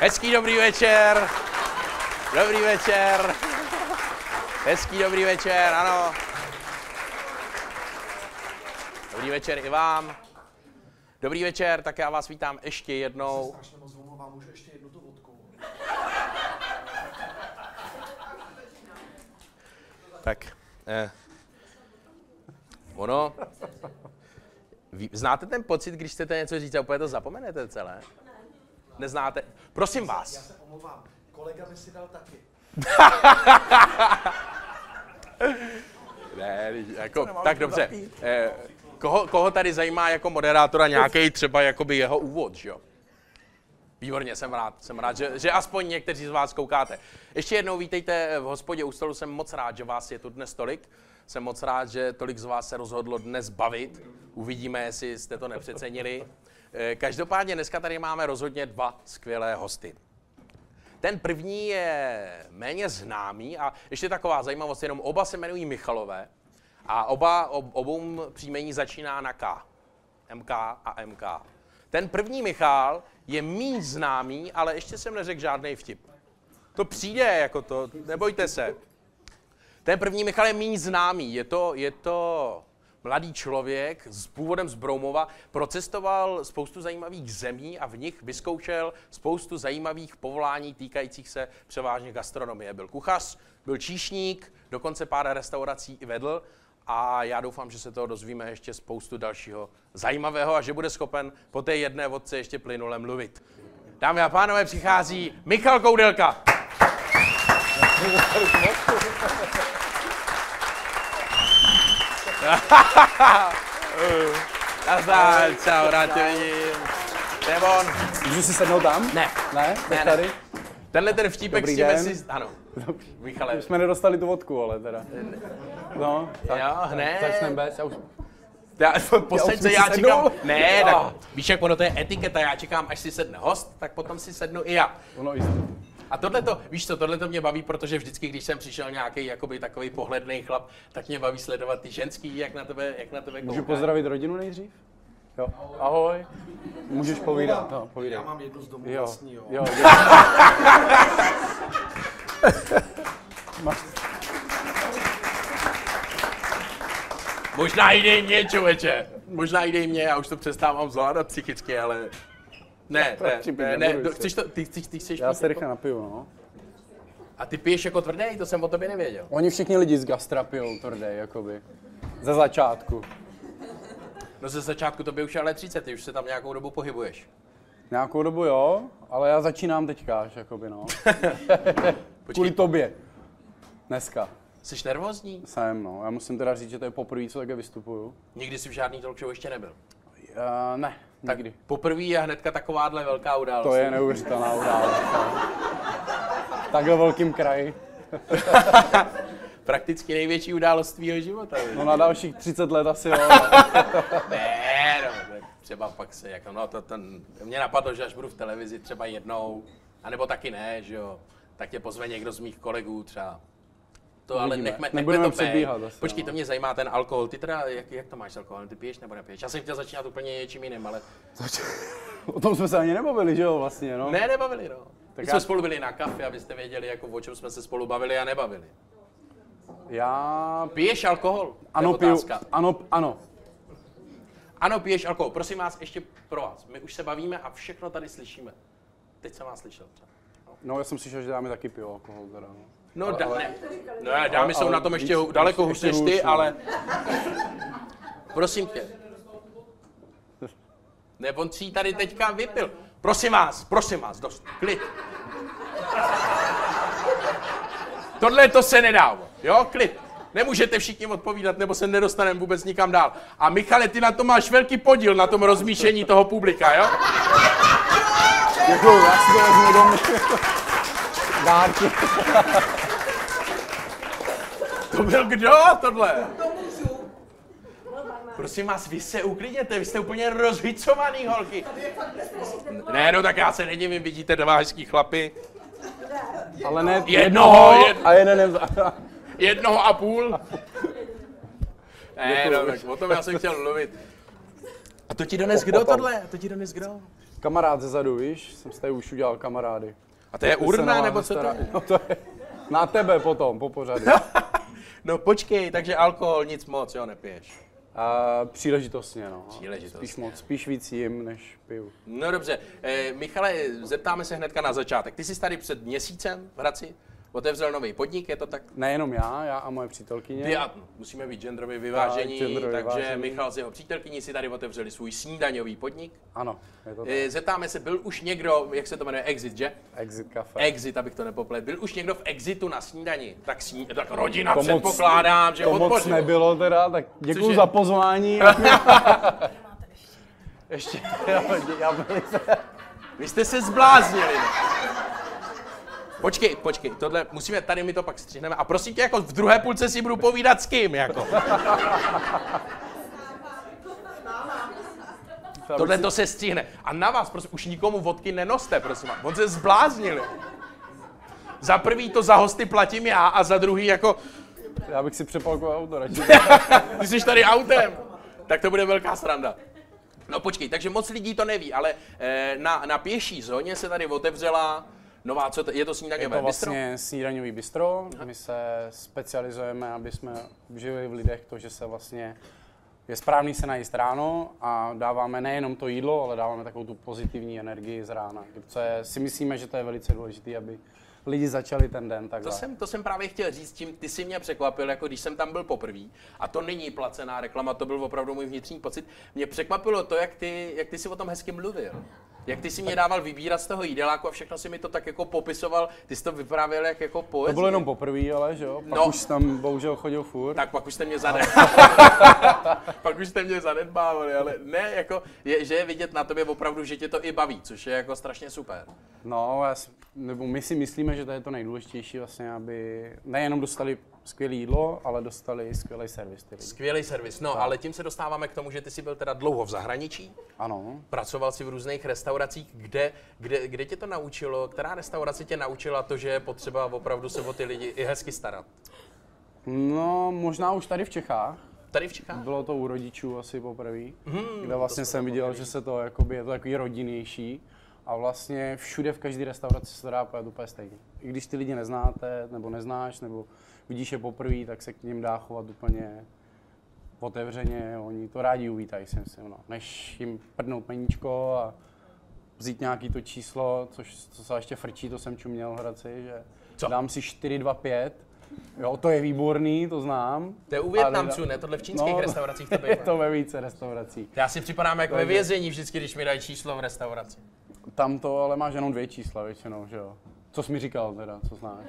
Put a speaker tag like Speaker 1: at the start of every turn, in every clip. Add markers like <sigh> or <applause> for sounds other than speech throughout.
Speaker 1: Hezký dobrý večer. Dobrý večer. Hezký dobrý večer, ano. Dobrý večer i vám. Dobrý večer, tak já vás vítám ještě jednou.
Speaker 2: Strašně moc omlouvám, můžu ještě jednu tu vodku.
Speaker 1: Tak, eh, ono, ví, znáte ten pocit, když chcete něco říct a úplně to zapomenete celé? Neznáte? Prosím
Speaker 2: Já
Speaker 1: vás,
Speaker 2: se omlouvám, kolega mi si dal taky.
Speaker 1: Ne, když- jako, tak dobře. Eh, koho, koho tady zajímá jako moderátora nějaký třeba jakoby jeho úvod, že jo? Výborně, jsem rád, jsem rád, že, že aspoň někteří z vás koukáte. Ještě jednou vítejte v hospodě u stolu, jsem moc rád, že vás je tu dnes tolik. Jsem moc rád, že tolik z vás se rozhodlo dnes bavit. Uvidíme, jestli jste to nepřecenili. Eh, Každopádně dneska tady máme rozhodně dva skvělé hosty. Ten první je méně známý a ještě taková zajímavost, jenom oba se jmenují Michalové a oba, ob, obou příjmení začíná na K. MK a MK. Ten první Michal je míň známý, ale ještě jsem neřekl žádný vtip. To přijde jako to, nebojte se. Ten první Michal je méně známý. Je to, je to mladý člověk s původem z Broumova. Procestoval spoustu zajímavých zemí a v nich vyzkoušel spoustu zajímavých povolání týkajících se převážně gastronomie. Byl kuchař, byl číšník, dokonce pár restaurací i vedl a já doufám, že se toho dozvíme ještě spoustu dalšího zajímavého a že bude schopen po té jedné vodce ještě plynule mluvit. Dámy a pánové, přichází Michal Koudelka. Nazdar, čau, rád tě vidím. To je on.
Speaker 3: Můžu si sednout tam?
Speaker 1: Ne.
Speaker 3: Ne?
Speaker 1: Ne,
Speaker 3: Ne,
Speaker 1: ne.
Speaker 3: tady?
Speaker 1: Tenhle ten vtípek
Speaker 3: Dobrý
Speaker 1: s tím,
Speaker 3: den.
Speaker 1: jestli... Ano. Michale,
Speaker 3: Už jsme nedostali tu vodku, ale teda. No, tak
Speaker 1: jo, hned.
Speaker 3: začneme bez. Já už...
Speaker 1: Já, posledně,
Speaker 3: už jsem
Speaker 1: já, já
Speaker 3: si
Speaker 1: čekám,
Speaker 3: sednul.
Speaker 1: ne,
Speaker 3: Jo.
Speaker 1: tak, víš, jak ono to je etiketa, já čekám, až si sedne host, tak potom si sednu i já.
Speaker 3: Ono jistý.
Speaker 1: A tohle to, víš co, tohle to mě baví, protože vždycky, když jsem přišel nějaký jakoby takový pohledný chlap, tak mě baví sledovat ty ženský, jak na tebe, jak na tebe
Speaker 3: Můžu
Speaker 1: koukají.
Speaker 3: pozdravit rodinu nejdřív? Jo. Ahoj. Můžeš povídat, no,
Speaker 2: Já
Speaker 3: povídat.
Speaker 2: mám jednu z domů
Speaker 3: Jo,
Speaker 2: vlastní, jo.
Speaker 3: jo. Máš...
Speaker 1: Možná jde i mě, člověče. Možná jde i mě, já už to přestávám zvládat psychicky, ale... Ne, ne,
Speaker 3: radši
Speaker 1: ne,
Speaker 3: bych
Speaker 1: ne,
Speaker 3: nebudu
Speaker 1: to-
Speaker 3: jistý.
Speaker 1: chceš to, ty, ty, ty chceš
Speaker 3: Já
Speaker 1: pít
Speaker 3: se
Speaker 1: jako-
Speaker 3: rychle napiju, no.
Speaker 1: A ty piješ jako tvrdý, to jsem o tobě nevěděl.
Speaker 3: Oni všichni lidi z gastra pijou tvrdé, jakoby. Ze začátku.
Speaker 1: No ze začátku to by už je ale 30, ty už se tam nějakou dobu pohybuješ.
Speaker 3: Nějakou dobu jo, ale já začínám teďka až, jakoby, <laughs> no. Kvůli tobě. Dneska.
Speaker 1: jsi nervózní?
Speaker 3: Jsem, no. Já musím teda říct, že to je poprvé, co také vystupuju.
Speaker 1: Nikdy jsi v žádný talk show ještě nebyl.
Speaker 3: Uh, ne,
Speaker 1: Tak
Speaker 3: nikdy.
Speaker 1: poprvé je hnedka takováhle velká událost.
Speaker 3: To je neuvěřitelná událost. Takhle velkým kraji.
Speaker 1: Prakticky největší událost tvýho života. viď?
Speaker 3: No na dalších 30 let asi jo.
Speaker 1: Ne, no, tak třeba pak se jako, no to, ten, mě napadlo, že až budu v televizi třeba jednou, anebo taky ne, že jo, tak tě pozve někdo z mých kolegů třeba. To ale
Speaker 3: Uvidíme.
Speaker 1: nechme, nechme
Speaker 3: Nebudeme
Speaker 1: to bejt.
Speaker 3: předbíhat asi,
Speaker 1: Počkej,
Speaker 3: no.
Speaker 1: to mě zajímá ten alkohol. Ty teda, jak, jak to máš s alkoholem? Ty piješ nebo nepiješ? Já jsem chtěl začínat úplně něčím jiným, ale
Speaker 3: O tom jsme se ani nebavili, že jo, vlastně, no.
Speaker 1: ne, nebavili, no. Tak My
Speaker 3: Tak
Speaker 1: jsme
Speaker 3: já-
Speaker 1: spolu byli na kafe, abyste věděli, jako, o čem jsme se spolu bavili a nebavili.
Speaker 3: Já...
Speaker 1: Piješ alkohol? To je
Speaker 3: Ano, piju.
Speaker 1: otázka.
Speaker 3: Ano, ano.
Speaker 1: Ano, piješ alkohol. Prosím vás, ještě pro vás. My už se bavíme a všechno tady slyšíme. Teď jsem vás slyšel třeba.
Speaker 3: No, já jsem slyšel, že dámy taky pijou alkohol teda, no.
Speaker 1: No, da, ne. ne, dámy jsou
Speaker 3: ale
Speaker 1: na tom
Speaker 3: víc-
Speaker 1: ještě daleko hůř
Speaker 3: ještě
Speaker 1: než
Speaker 3: hůř,
Speaker 1: ty,
Speaker 3: no.
Speaker 1: ale... <laughs> Prosím tě. Ne, on si ji tady teďka vypil. Prosím vás, prosím vás, dost, klid. Tohle to se nedá, jo, klid. Nemůžete všichni odpovídat, nebo se nedostaneme vůbec nikam dál. A Michale, ty na to máš velký podíl, na tom rozmíšení toho publika, jo?
Speaker 3: Děkuju, já si to vezmu domů. Dárky.
Speaker 1: To byl kdo tohle? Prosím vás, vy se uklidněte, vy jste úplně rozhicovaný holky. Ne, no tak já se nedivím, vidíte dva hezký chlapy.
Speaker 3: Ale ne
Speaker 1: Jednoho, jed-
Speaker 3: a jeden nevzal.
Speaker 1: Jednoho a půl. Ne, no, tak o tom já jsem chtěl mluvit. A to ti dones kdo tohle? To ti dones kdo?
Speaker 3: kamarád zezadu, víš, jsem si tady už udělal kamarády.
Speaker 1: A to je
Speaker 3: Ty se na
Speaker 1: urna,
Speaker 3: vás
Speaker 1: nebo co to
Speaker 3: nestará-
Speaker 1: je?
Speaker 3: No to je na tebe potom, po pořadu.
Speaker 1: No počkej, takže alkohol, nic moc, jo, nepiješ.
Speaker 3: A příležitostně, no.
Speaker 1: Příležitostně.
Speaker 3: Spíš moc, spíš víc jim, než piju.
Speaker 1: No dobře, eh, Michale, zeptáme se hnedka na začátek. Ty jsi tady před měsícem v Hradci otevřel nový podnik, je to tak?
Speaker 3: Nejenom já, já a moje přítelkyně.
Speaker 1: Ty a musíme být genderově vyvážení,
Speaker 3: Prostě. Tak, genderově
Speaker 1: takže
Speaker 3: vyvážení.
Speaker 1: Michal s jeho přítelkyní si tady otevřeli svůj snídaňový podnik.
Speaker 3: Ano, je to tak.
Speaker 1: Eh, Zeptáme se, byl už někdo, jak se to jmenuje, Exit, že?
Speaker 3: Exit Cafe.
Speaker 1: Exit, abych to nepoplet. Byl už někdo v Exitu na snídani? Tak, sní, tak rodina,
Speaker 3: To moc-
Speaker 1: předpokládám, že
Speaker 3: to moc
Speaker 1: odpořilo.
Speaker 3: nebylo teda, tak děkuji
Speaker 1: je-
Speaker 3: za <laughs> pozvání. Ještě, <laughs> jo, dě- já bych se...
Speaker 1: Vy jste se zbláznili. Počkej, počkej, tohle musíme, tady mi to pak střihneme. A prosím tě, jako v druhé půlce si budu povídat s kým, jako. Tohle to se stihne. A na vás, prosím, už nikomu vodky nenoste, prosím vás. On se zbláznil. Za prvý to za hosty platím já a za druhý jako,
Speaker 3: Já bych si přepalkoval auto radši.
Speaker 1: ty jsi tady autem. Tak to bude velká sranda. No počkej, takže moc lidí to neví, ale eh, na, na pěší zóně se tady otevřela nová, co to, je to
Speaker 3: Je
Speaker 1: snídaňové
Speaker 3: to
Speaker 1: bistro?
Speaker 3: vlastně snídaňový bistro. My se specializujeme, aby jsme žili v lidech to, že se vlastně je správný se najíst ráno a dáváme nejenom to jídlo, ale dáváme takovou tu pozitivní energii z rána. Co je, si myslíme, že to je velice důležité, aby lidi začali ten den
Speaker 1: To
Speaker 3: takhle.
Speaker 1: jsem, to jsem právě chtěl říct, tím ty si mě překvapil, jako když jsem tam byl poprvé, a to není placená reklama, to byl opravdu můj vnitřní pocit, mě překvapilo to, jak ty, jak ty si o tom hezky mluvil. Jak ty si mě dával vybírat z toho jídeláku a všechno si mi to tak jako popisoval, ty jsi to vyprávěl jak jako poezie.
Speaker 3: To bylo jenom poprvé, ale že jo? Pak
Speaker 1: No.
Speaker 3: no. už tam bohužel chodil furt.
Speaker 1: Tak pak už jste mě zane... <laughs> pak už jste mě zanedbávali, ale ne, jako, je, že je vidět na tobě opravdu, že tě to i baví, což je jako strašně super.
Speaker 3: No, já si, nebo my si myslíme, že to je to nejdůležitější vlastně, aby nejenom dostali skvělé jídlo, ale dostali skvělý servis ty lidi.
Speaker 1: Skvělý servis, no, ale tím se dostáváme k tomu, že ty jsi byl teda dlouho v zahraničí.
Speaker 3: Ano.
Speaker 1: Pracoval jsi v různých restauracích, kde, kde, kde tě to naučilo, která restaurace tě naučila to, že je potřeba opravdu se o ty lidi i hezky starat?
Speaker 3: No, možná už tady v Čechách.
Speaker 1: Tady v Čechách?
Speaker 3: Bylo to u rodičů asi poprvé,
Speaker 1: Mhm,
Speaker 3: hmm, kde vlastně jsem viděl, že se to jakoby, je to takový rodinnější. A vlastně všude v každé restauraci se to dá pojet úplně stejně. I když ty lidi neznáte, nebo neznáš, nebo vidíš je poprvé, tak se k ním dá chovat úplně otevřeně. Oni to rádi uvítají, si myslím, no. než jim prdnout peníčko a vzít nějaký to číslo, což co se ještě frčí, to jsem čuměl v Hradci, že
Speaker 1: Co?
Speaker 3: dám si 4, 2, 5. Jo, to je výborný, to znám.
Speaker 1: To je u
Speaker 3: Ale-
Speaker 1: Větnamců, ne? Tohle v čínských no, restauracích to
Speaker 3: <laughs> je
Speaker 1: bývá.
Speaker 3: to ve více restaurací.
Speaker 1: Já si připadám jako ve
Speaker 3: Takže-
Speaker 1: vězení vždycky, když mi dají číslo v restauraci.
Speaker 3: Tam to ale máš jenom dvě čísla většinou, že jo? Co jsi mi říkal teda, co znáš.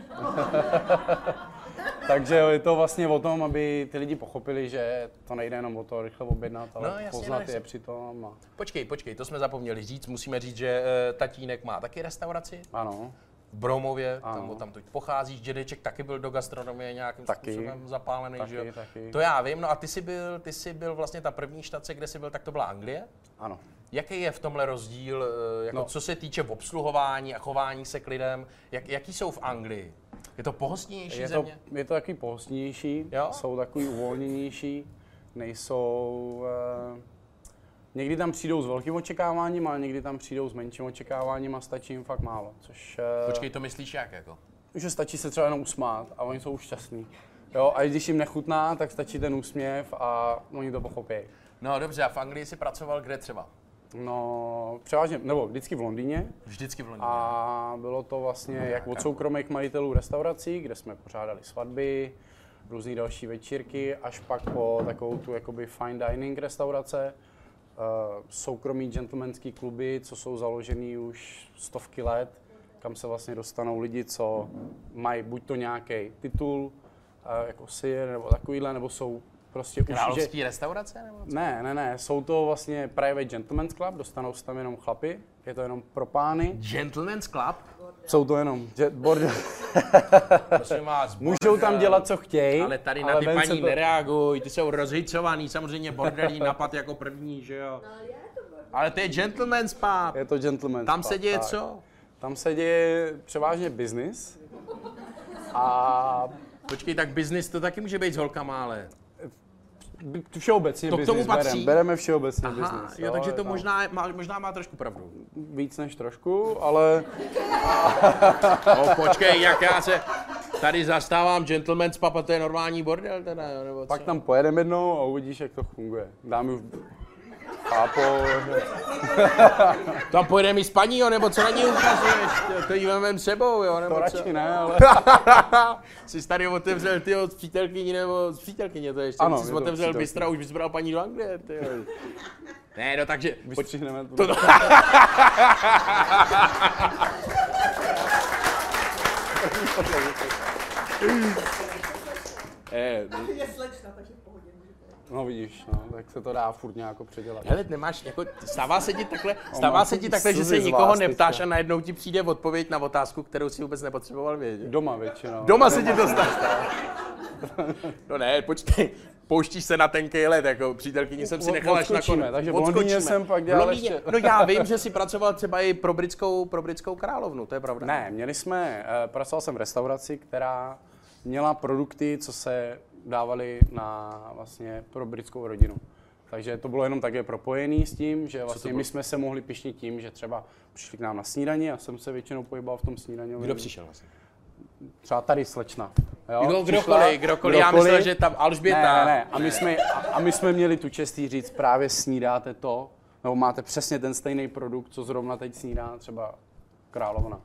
Speaker 3: <laughs> Takže jo, je to vlastně o tom, aby ty lidi pochopili, že to nejde jenom o to rychle objednat, ale
Speaker 1: No, jasně, no,
Speaker 3: poznat
Speaker 1: jasně.
Speaker 3: je přitom. A...
Speaker 1: Počkej, počkej, to jsme zapomněli říct. Musíme říct, že eh, tatínek má taky restauraci
Speaker 3: Ano,
Speaker 1: v Bromově, tam
Speaker 3: Ano.
Speaker 1: tam teď pocházíš. Dědeček taky byl do gastronomie nějakým
Speaker 3: Taky.
Speaker 1: způsobem zapálený,
Speaker 3: Taky,
Speaker 1: že jo?
Speaker 3: taky.
Speaker 1: To já vím, no a ty jsi byl, ty jsi byl vlastně ta první štace, kde jsi byl, tak to byla Anglie?
Speaker 3: ano.
Speaker 1: Jaký je v tomhle rozdíl, eh, jako no.
Speaker 3: No.
Speaker 1: co se týče obsluhování a chování se k lidem? Jak, jaký jsou v Anglii? Je to pohostnější
Speaker 3: Je to,
Speaker 1: země?
Speaker 3: je to takový pohostnější,
Speaker 1: Jo?
Speaker 3: jsou takový uvolněnější, nejsou... Eh, někdy tam přijdou s velkým očekáváním, ale někdy tam přijdou s menším očekáváním a stačí jim fakt málo, což... Eh,
Speaker 1: Počkej, to myslíš jak jako?
Speaker 3: že stačí se třeba jenom usmát a oni jsou už šťastní. Jo, a když jim nechutná, tak stačí ten úsměv a oni to pochopí.
Speaker 1: No dobře, a v Anglii jsi pracoval kde třeba?
Speaker 3: No, převážně, nebo vždycky v Londýně
Speaker 1: Vždycky v Londýně.
Speaker 3: a bylo to vlastně jak od soukromých majitelů restaurací, kde jsme pořádali svatby, různé další večírky, až pak po takovou tu jakoby fine dining restaurace, eh, soukromí gentlemanský kluby, co jsou založený už stovky let, kam se vlastně dostanou lidi, co mají buď to nějaký titul, eh, jako sir nebo takovýhle, nebo jsou prostě už, že,
Speaker 1: Královský restaurace? Nebo?
Speaker 3: ne, ne, ne, jsou to vlastně private gentleman's club, dostanou se tam jenom chlapy, je to jenom pro pány,
Speaker 1: Gentleman's Club?
Speaker 3: jsou to jenom
Speaker 1: <laughs>
Speaker 3: jet bordel.
Speaker 1: Prosím vás.
Speaker 3: <laughs>
Speaker 1: eh,
Speaker 3: Můžou tam dělat, co chtějí,
Speaker 1: Ale tady na ty
Speaker 3: ven se
Speaker 1: paní
Speaker 3: to-
Speaker 1: nereaguj, ty jsou rozhicovaný, samozřejmě
Speaker 3: <laughs>
Speaker 1: bordelí napad jako první, že jo? Ale to je gentleman's pub.
Speaker 3: Je to gentleman's
Speaker 1: Tam
Speaker 3: club,
Speaker 1: se děje
Speaker 3: tak.
Speaker 1: co?
Speaker 3: Tam se děje převážně business a
Speaker 1: Počkej, tak business to taky může být s holkama, ale.
Speaker 3: b- všeobecně
Speaker 1: To k tomu
Speaker 3: business
Speaker 1: patří?
Speaker 3: berem, bereme všeobecně
Speaker 1: Aha,
Speaker 3: business.
Speaker 1: jo, takže
Speaker 3: je
Speaker 1: to
Speaker 3: tam
Speaker 1: možná má, možná má trošku pravdu.
Speaker 3: <laughs> Víc než trošku, ale
Speaker 1: No počkej, jak já se tady zastávám gentleman s papa, to je normální bordel teda, jo, nebo co?
Speaker 3: pak tam pojedeme jednou a uvidíš, jak to funguje. Dáme už chápou.
Speaker 1: Tam pojedeme i s paní, jo, nebo co na ní ukazuješ, to- to jí vemem sebou, jo, nebo
Speaker 3: To
Speaker 1: co?
Speaker 3: radši
Speaker 1: <laughs>
Speaker 3: ne, ale
Speaker 1: jsi tady otevřel ty od přítelkyni nebo z přítelkyně to je ještě,
Speaker 3: Ano,
Speaker 1: ano, jsi
Speaker 3: je to
Speaker 1: otevřel
Speaker 3: přítelkyně.
Speaker 1: bystra, už bys bral paní do Anglie,
Speaker 3: <laughs>
Speaker 1: ty jo. Ne, no takže, pojď,
Speaker 3: vystřihneme to.
Speaker 1: eh,
Speaker 4: Je slečna, takže v pohodě. může to být.
Speaker 3: No vidíš, no, tak se to dá furt nějak předělat.
Speaker 1: hele, nemáš, jako, stává se ti takhle, stává
Speaker 3: mám
Speaker 1: se ti takhle,
Speaker 3: takový
Speaker 1: že
Speaker 3: slzy
Speaker 1: se
Speaker 3: no, z
Speaker 1: nikoho
Speaker 3: vás
Speaker 1: neptáš
Speaker 3: teďka.
Speaker 1: a najednou ti přijde odpověď na otázku, kterou si vůbec nepotřeboval vědět.
Speaker 3: Doma většinou.
Speaker 1: Doma se ti to stane. No ne, počkej, pouštíš se na tenkej let, jako přítelkyni jsem si
Speaker 3: O-
Speaker 1: nechal až na
Speaker 3: odskočíme,
Speaker 1: konec.
Speaker 3: takže v Londýně
Speaker 1: Odskočíme.
Speaker 3: jsem pak
Speaker 1: V
Speaker 3: dělal
Speaker 1: Londýně-
Speaker 3: ještě-
Speaker 1: No já vím, že jsi pracoval třeba i pro britskou, pro britskou královnu, to je pravda.
Speaker 3: Ne, měli jsme, eh, pracoval jsem v restauraci, která měla produkty, co se dávaly na vlastně pro britskou rodinu. Takže to bylo jenom také propojený s tím, že vlastně my jsme se mohli pišnit tím, že třeba přišli k nám na snídani a jsem se většinou pohyboval v tom snídani.
Speaker 1: Kdo přišel vlastně?
Speaker 3: Třeba tady slečna. Jo?
Speaker 1: Kdo,
Speaker 3: přišla,
Speaker 1: kdokoliv, kdokoliv, já myslel, že tam Alžběta.
Speaker 3: Ne, ne, ne. A my, jsme, a, a my jsme měli tu čestí říct, právě snídáte to, nebo máte přesně ten stejný produkt, co zrovna teď snídá třeba královna,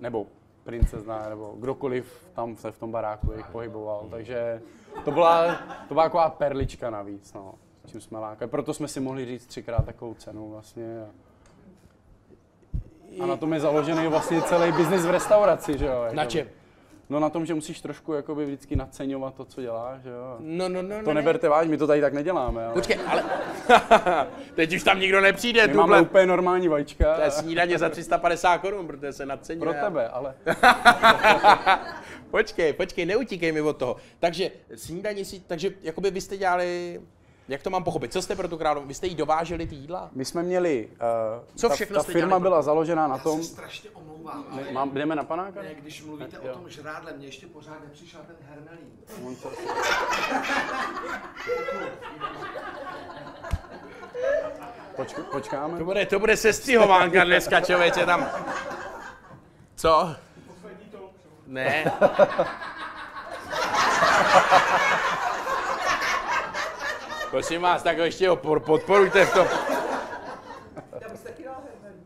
Speaker 3: nebo princezna, nebo kdokoliv tam se v tom baráku jejich
Speaker 1: Hmm.
Speaker 3: pohyboval. Takže to byla, to byla taková perlička navíc, no, čím jsme lákali. Proto jsme si mohli říct třikrát takovou cenu vlastně. A, a na tom je založený vlastně celý biznis v restauraci, že jo?
Speaker 1: Na
Speaker 3: jakoby.
Speaker 1: čem?
Speaker 3: No na tom, že musíš trošku jakoby vždycky naceňovat to, co děláš, že jo.
Speaker 1: No, no, no,
Speaker 3: To
Speaker 1: ne.
Speaker 3: neberte vážně, my to tady tak neděláme, ale
Speaker 1: Počkej, ale <laughs> teď už tam nikdo nepřijde,
Speaker 3: my máme
Speaker 1: tuhle
Speaker 3: úplně normální vajíčka
Speaker 1: to je snídaně za 350 korun, protože se nadcení.
Speaker 3: pro tebe, ale
Speaker 1: Počkej, počkej, neutíkej mi od toho. Takže snídaní si, takže jakoby vy jste dělali, jak to mám pochopit, co jste pro tu královnu, vy jste jí dováželi ty jídla?
Speaker 3: my jsme měli, uh,
Speaker 1: Co
Speaker 3: ta,
Speaker 1: všechno
Speaker 3: ta
Speaker 1: jste
Speaker 3: firma
Speaker 1: dělali pro-
Speaker 3: byla založená na tom,
Speaker 2: se strašně omlouvám, ale
Speaker 3: mám, jdeme
Speaker 1: <laughs>
Speaker 3: na panáka?
Speaker 2: ne, když mluvíte o tom žrádle, mně ještě pořád nepřišel ten hernelín.
Speaker 3: Počk- počkáme?
Speaker 1: To bude, to bude sestřihovánka dneska, člověče, tam. Co? Ne. Prosím vás, tak ho ještě opor- podporujte v tom.
Speaker 4: Já bych se taky dal hermelín.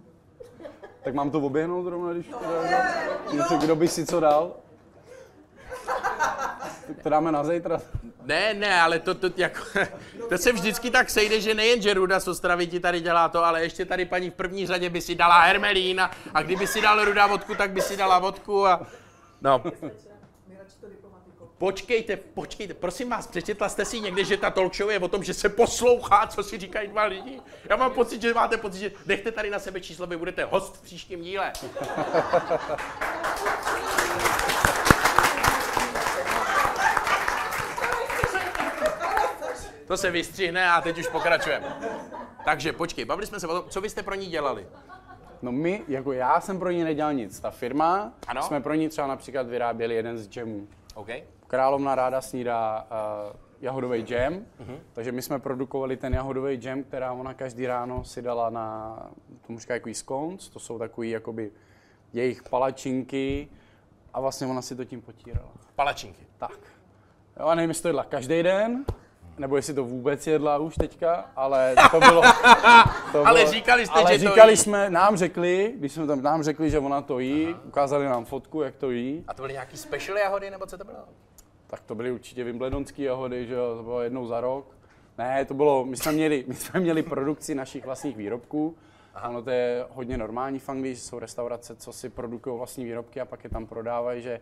Speaker 3: Tak mám to oběhnout rovnou, když to dáme? Něco, kdo by si co dal? Tak to dáme na zítra.
Speaker 1: Ne, ne, ale to, to, jako, <laughs> to se vždycky tak sejde, že nejen, že Ruda z Ostravy ti tady dělá to, ale ještě tady paní v první řadě by si dala hermelín a, a kdyby si dal Ruda vodku, tak by si dala vodku a... No,
Speaker 4: Nejradši to diplomatikou.
Speaker 1: počkejte, počkejte, prosím vás, přečetla jste si někde, že ta talk show je o tom, že se poslouchá, co si říkají dva lidi? Já mám pocit, že máte pocit, že nechte tady na sebe číslo, vy budete host v příštím díle. To se vystřihne a teď už pokračujeme. Takže počkej, bavili jsme se o tom, co vy jste pro ní dělali.
Speaker 3: No my, jako já jsem pro ní nedělal nic. Ta firma,
Speaker 1: Ano.
Speaker 3: jsme pro ní třeba například vyráběli jeden z džemů.
Speaker 1: OK?
Speaker 3: Královna ráda snídá uh, jahodový džem, takže my jsme produkovali ten jahodový džem, která ona každý ráno si dala na, jako tomu říká takový scones, to jsou takový jakoby jejich palačinky a vlastně ona si to tím potírala.
Speaker 1: Palačinky.
Speaker 3: Tak. Jo, a nevím, jestli to jedla každý den, nebo jestli to vůbec jedla už teďka, ale
Speaker 1: <laughs>
Speaker 3: to bylo... To
Speaker 1: Ale říkali jste,
Speaker 3: ale
Speaker 1: že to
Speaker 3: říkali
Speaker 1: jí.
Speaker 3: jsme, nám řekli, když jsme tam nám řekli, že ona to jí, ukázali nám fotku, jak to jí,
Speaker 1: A to byly nějaký special jahody, nebo co to bylo?
Speaker 3: tak to byly určitě Wimbledonské jahody, že jo, to bylo jednou za rok. Ne, to bylo, my jsme měli, my jsme měli produkci našich vlastních výrobků. Aha. Ono to je hodně normální v Anglii, že jsou restaurace, co si produkují vlastní výrobky a pak je tam prodávají, že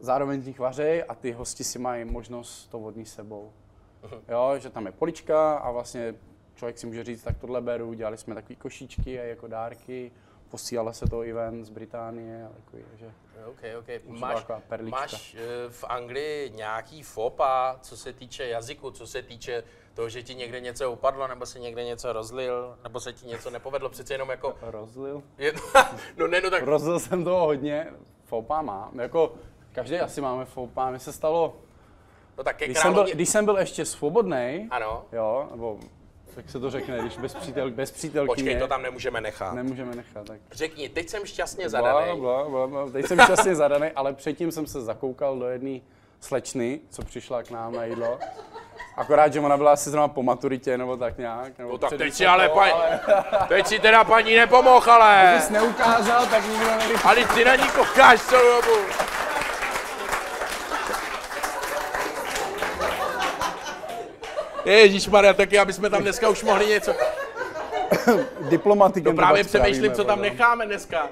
Speaker 3: zároveň z nich vařej a ty hosti si mají možnost to vodní sebou. Jo, že tam je polička a vlastně člověk si může říct, tak tohle beru, dělali jsme takové košíčky a jako dárky, posílala se to i ven z Británie a takový, že...
Speaker 1: OK, OK. Máš,
Speaker 3: taková perlička.
Speaker 1: máš eh, v Anglii nějaký fopa, co se týče jazyku, co se týče toho, že ti někde něco upadlo, nebo se někde něco rozlil, nebo se ti něco nepovedlo, přece jenom jako...
Speaker 3: Rozlil.
Speaker 1: Je, <laughs> no ne, no tak...
Speaker 3: Rozil jsem toho hodně. Foupa mám. Jako, každý asi máme foupa. Mně se stalo,
Speaker 1: No tak ke
Speaker 3: Když jsem, byl,
Speaker 1: královně...
Speaker 3: když jsem byl ještě svobodný,
Speaker 1: Ano.
Speaker 3: jo, nebo jak se to řekne, když bez, přítel, bez přítelkyně,
Speaker 1: Počkej, to tam nemůžeme nechat.
Speaker 3: nemůžeme nechat. Tak.
Speaker 1: Řekni, teď jsem šťastně
Speaker 3: Bla,
Speaker 1: zadaný.
Speaker 3: bla, bla, bla. Teď jsem šťastně zadaný, ale předtím jsem se zakoukal do jedné slečny, co přišla k nám na jídlo. Akorát, že ona byla asi zrovna po maturitě nebo tak nějak. Nebo
Speaker 1: No tak
Speaker 3: před
Speaker 1: teď si
Speaker 3: vysokou,
Speaker 1: ale, paní, teď si teda paní nepomohl, ale,
Speaker 3: Jsi neukázal, tak nikdo neví.
Speaker 1: ale ty na ní koukáš celou dobu. Ježíš Maria, taky, aby jsme tam dneska už mohli něco.
Speaker 3: Diplomatikem.
Speaker 1: No
Speaker 3: to
Speaker 1: právě
Speaker 3: pak
Speaker 1: přemýšlím,
Speaker 3: strávíme,
Speaker 1: co tam
Speaker 3: pardon.
Speaker 1: necháme dneska.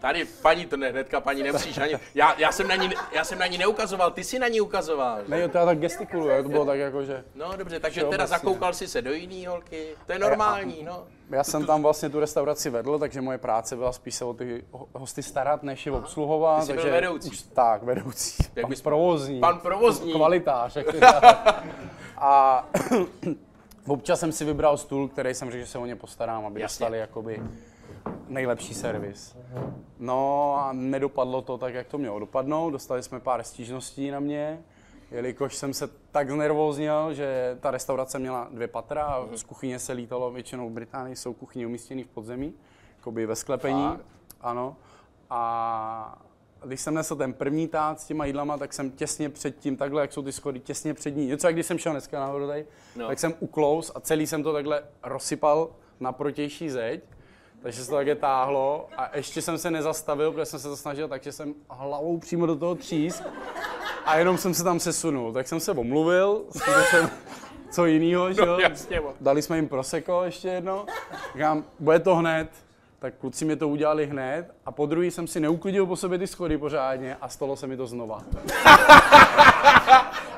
Speaker 1: Tady paní, to ne, hnedka paní nemusíš ani. Já, já, jsem na ní, já jsem na ní neukazoval, ty si na ní ukazoval.
Speaker 3: Ne, jo, to já tak gestikuluje, to bylo tak jako, že...
Speaker 1: No dobře, takže
Speaker 3: Všeobecně.
Speaker 1: teda zakoukal si se do jiný holky. To je normální, no.
Speaker 3: Já jsem tam vlastně tu restauraci vedl, takže moje práce byla spíš se o ty ho- hosty starat, než je obsluhovat.
Speaker 1: Ty jsi byl
Speaker 3: takže
Speaker 1: vedoucí.
Speaker 3: Už, tak, vedoucí.
Speaker 1: Jak
Speaker 3: pan
Speaker 1: bys-
Speaker 3: provozní.
Speaker 1: pan provozní.
Speaker 3: Kvalitář. jak
Speaker 1: <laughs>
Speaker 3: to říká. A <clears throat> občas jsem si vybral stůl, který jsem řekl, že se o ně postarám, aby
Speaker 1: Jasně.
Speaker 3: dostali jakoby nejlepší servis. No a nedopadlo to tak, jak to mělo dopadnout. Dostali jsme pár stížností na mě, jelikož jsem se tak znervóznil, že ta restaurace měla dvě patra a z kuchyně se lítalo, většinou v Británii jsou kuchyně umístěné v podzemí, jakoby ve sklepení. Ano. A když jsem nesl ten první tác s těma jídlama, tak jsem těsně před tím, takhle, jak jsou ty schody, těsně před ní, něco jak když jsem šel dneska nahoru tady,
Speaker 1: No.
Speaker 3: no. tak jsem uklous a celý jsem to takhle rozsypal na protější zeď. Takže se to také táhlo a ještě jsem se nezastavil, protože jsem se to snažil, takže jsem hlavou přímo do toho třísk a jenom jsem se tam sesunul. Tak jsem se omluvil, že jsem <laughs> co jiného, že jo?
Speaker 1: No, jasně, bo.
Speaker 3: Dali jsme jim proseko ještě jedno. Říkám, bude to hned. Tak kluci mi to udělali hned a po druhý jsem si neuklidil po sobě ty schody pořádně a stalo se mi to znova.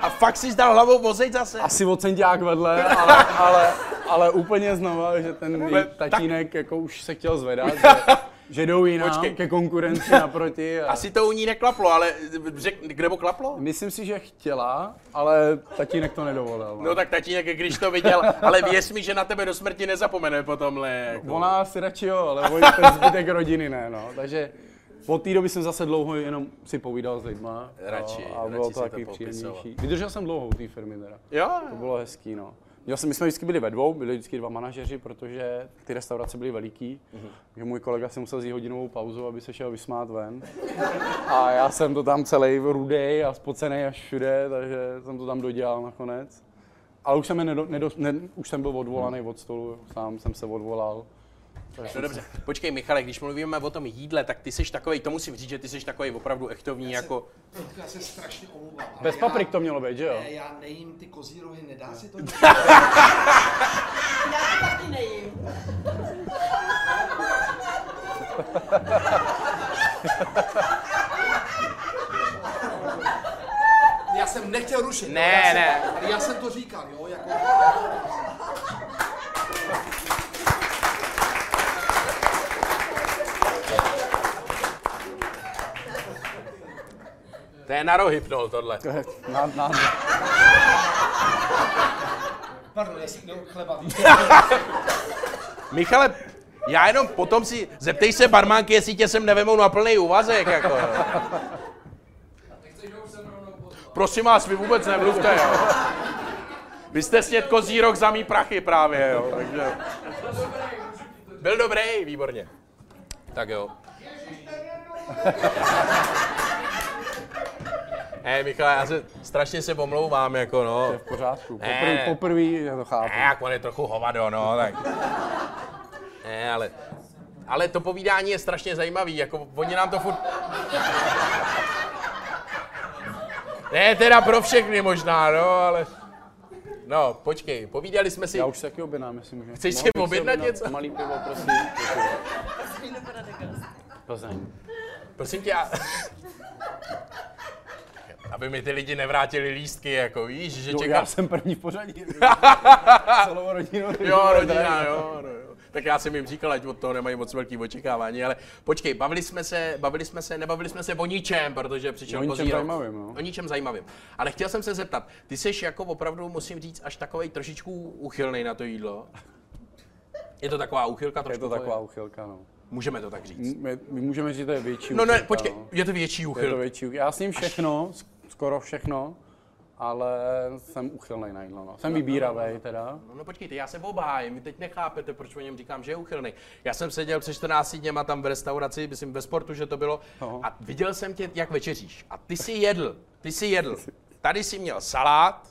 Speaker 1: A fakt si dal hlavou vozej zase.
Speaker 3: Asi o centiák vedle, ale, ale, ale úplně znova, že ten její tatínek jako už se chtěl zvedat, že,
Speaker 1: <laughs>
Speaker 3: že jdou jinam
Speaker 1: Počkej.
Speaker 3: ke konkurenci naproti. A...
Speaker 1: Asi to u ní neklaplo, ale řek, kde mu klaplo?
Speaker 3: Myslím si, že chtěla, ale tatínek to nedovolil.
Speaker 1: No tak tatínek, když to viděl, ale věř mi, že na tebe do smrti nezapomene po tomhle. Jako.
Speaker 3: Ona si radši jo, ale oni ten zbytek rodiny ne, no. Takže od té doby jsem zase dlouho jenom si povídal s lidma. no,
Speaker 1: Radši,
Speaker 3: a
Speaker 1: radši
Speaker 3: bylo
Speaker 1: si
Speaker 3: to
Speaker 1: to
Speaker 3: takový
Speaker 1: popisoval.
Speaker 3: příjemnější. Vydržel jsem dlouho u té firmy teda.
Speaker 1: Jo,
Speaker 3: To bylo hezký, no. Měl jsem, my jsme vždycky byli ve dvou, byli vždycky dva manažeři, protože ty restaurace byly veliký, mm-hmm. že můj kolega si musel vzít hodinovou pauzu, aby se šel vysmát ven. A já jsem to tam celý rudej a spocený až všude, takže jsem to tam dodělal nakonec. Ale už jsem, je nedo, nedo, ne, už jsem byl odvolaný od stolu, sám jsem se odvolal.
Speaker 1: no dobře. Počkej, Michale, když mluvíme o tom jídle, tak ty jsi takový, to musím říct, že ty jsi takový opravdu echtovní, jako
Speaker 2: Já se strašně omlouvám. ale
Speaker 3: Bez
Speaker 2: já-
Speaker 3: paprik to mělo být, že jo?
Speaker 2: Ne, já nejím ty kozí rohy, nedá si
Speaker 3: <laughs>
Speaker 2: to?
Speaker 4: Já taky nejím.
Speaker 2: Já jsem nechtěl rušit.
Speaker 1: Ne,
Speaker 2: jo, já jsem-
Speaker 1: ne.
Speaker 2: Ale já jsem to říkal, jo, jako...
Speaker 1: to je na rohypnol tohle.
Speaker 3: Na, na,
Speaker 2: Pardon, já jsem měl chleba.
Speaker 1: Michale, já jenom potom si, zeptej se barmánky, jestli tě sem nevemou na plný úvazek, jako. Prosím vás, vy vůbec nemluvte, jo. Vy jste snět kozí rok za mý prachy právě, jo, takže... Byl dobrý, výborně. Tak jo. <laughs> Ne, Eh, Michale, já se strašně se pomlouvám, jako no.
Speaker 3: v pořádku.
Speaker 1: Ne.
Speaker 3: Poprvý, poprvý, já to chápu.
Speaker 1: Ne, jak on je trochu hovado, no, tak. Ne, ale, ale to povídání je strašně zajímavý, jako oni nám to furt... Ne, teda pro všechny možná, no, ale... No, počkej, povídali jsme si...
Speaker 3: Já už se taky objednám, jestli můžu.
Speaker 1: Chceš si
Speaker 3: Mohl bych
Speaker 1: objednat něco?
Speaker 3: Malý pivo, prosím. Děkuji. Plzeň.
Speaker 1: Prosím tě, já... <laughs> Aby mi ty lidi nevrátili lístky, jako víš, že
Speaker 3: Jo,
Speaker 1: čeká...
Speaker 3: já jsem první
Speaker 1: <laughs>
Speaker 3: v pořadí. Celou rodinu.
Speaker 1: Jo, rodina, jo, no, jo. Tak já jsem jim říkal, ať od toho nemají moc velký očekávání, ale počkej, bavili jsme se, bavili jsme se, nebavili jsme se o ničem, protože přišel
Speaker 3: O ničem
Speaker 1: Kozí rok.
Speaker 3: zajímavým, no.
Speaker 1: O ničem zajímavým. Ale chtěl jsem se zeptat, ty jsi jako opravdu, musím říct, až takovej trošičku uchylnej na to jídlo. Je to taková uchylka
Speaker 3: Je
Speaker 1: trošku?
Speaker 3: to taková
Speaker 1: tvoje?
Speaker 3: uchylka, no.
Speaker 1: Můžeme to tak říct.
Speaker 3: My, my můžeme říct, že to je větší
Speaker 1: No ne,
Speaker 3: uchylka,
Speaker 1: počkej,
Speaker 3: no.
Speaker 1: je to větší
Speaker 3: Je to
Speaker 1: uchylka.
Speaker 3: větší uchylka. Já s ním všechno, sk- skoro všechno, ale jsem uchylnej na jídlo, no. Jsem vybíravý teda.
Speaker 1: No, no počkejte, já se obhájím, vy teď nechápete, proč o něm říkám, že je uchylný. Já jsem seděl před 14 dněma tam v restauraci, myslím ve sportu, že to bylo,
Speaker 3: Aha.
Speaker 1: a viděl jsem tě, jak večeříš. A ty si jedl, ty si jedl. Tady si měl salát,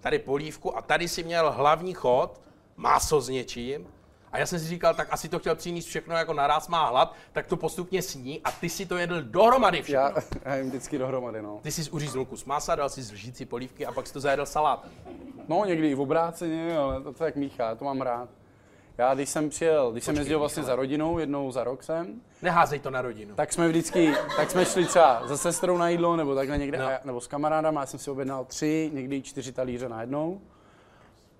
Speaker 1: tady polívku a tady si měl hlavní chod, maso s něčím. A já jsem si říkal, tak asi to chtěl přinést všechno, jako naraz má hlad, tak to postupně sní a ty si to jedl dohromady všechno.
Speaker 3: Já, já jim vždycky dohromady, no.
Speaker 1: Ty jsi uříznul kus masa, dal si lžící polívky a pak si to zajedl salát.
Speaker 3: No, někdy i v obráceně, ale to se tak míchá, to mám rád. Já když jsem přijel, když jsem jezdil vlastně za rodinou, jednou za rok jsem,
Speaker 1: Neházej to na rodinu.
Speaker 3: tak jsme vždycky, tak jsme šli třeba za sestrou na jídlo, nebo takhle někde,
Speaker 1: No.
Speaker 3: no. nebo s kamarádama, já jsem si objednal tři, někdy i čtyři talíře najednou.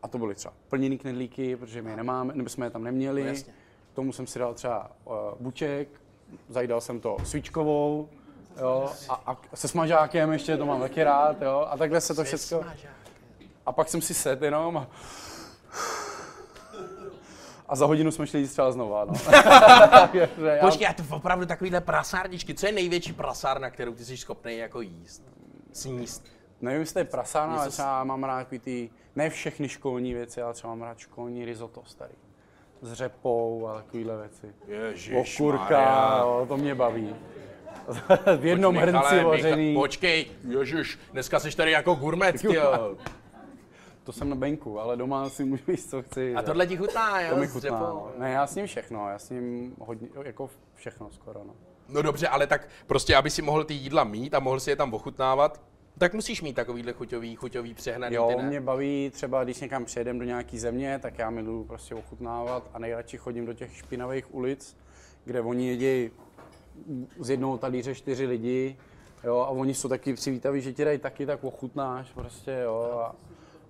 Speaker 3: A to byly třeba plněný knedlíky, protože my je nemáme, nebo jsme je tam
Speaker 1: No
Speaker 3: neměli.
Speaker 1: jasně.
Speaker 3: K tomu jsem si dal třeba uh, buček, zajídal jsem to svíčkovou, jo, a, a, se smažákem ještě, to mám taky rád, jo, a takhle se to všechno. A pak jsem si sedl jenom a... A za hodinu jsme šli jít třeba znova, no. <laughs> Takže já-
Speaker 1: Počkej, a to opravdu takovýhle prasárničky. Co je největší prasárna, kterou ty jsi schopný jako jíst? Sníst.
Speaker 3: Nevím, jestli to je prasárna, ale
Speaker 1: Něco s-
Speaker 3: třeba mám rád takový ty, ne všechny školní věci, ale třeba mám rád školní risotto starý. S řepou a takovýhle věci.
Speaker 1: Ježiš,
Speaker 3: Okurka, jo, to mě baví. <laughs> v jednom hrnci vařený. <laughs>
Speaker 1: Počkej, ježiš, dneska jsi tady jako gurmet, ty jo.
Speaker 3: To jsem na venku, ale doma si můžu jíst, co chci.
Speaker 1: A
Speaker 3: že?
Speaker 1: tohle ti chutná, jo?
Speaker 3: to mi
Speaker 1: s
Speaker 3: chutná.
Speaker 1: řepou.
Speaker 3: no. Ne, já s ním všechno, já s ním hodně, jako všechno skoro, no.
Speaker 1: No dobře, ale tak prostě, aby si mohl ty jídla mít a mohl si je tam ochutnávat, tak musíš mít takovýhle chuťový, chuťový přehnaný, ty
Speaker 3: Jo,
Speaker 1: ne?
Speaker 3: mě baví třeba, když někam přejedem do nějaký země, tak já miluju prostě ochutnávat a nejradši chodím do těch špinavých ulic, kde oni jedí z jednoho talíře čtyři lidi, jo, a oni jsou taky přivítaví, že ti dají taky, tak ochutnáš prostě, jo. A,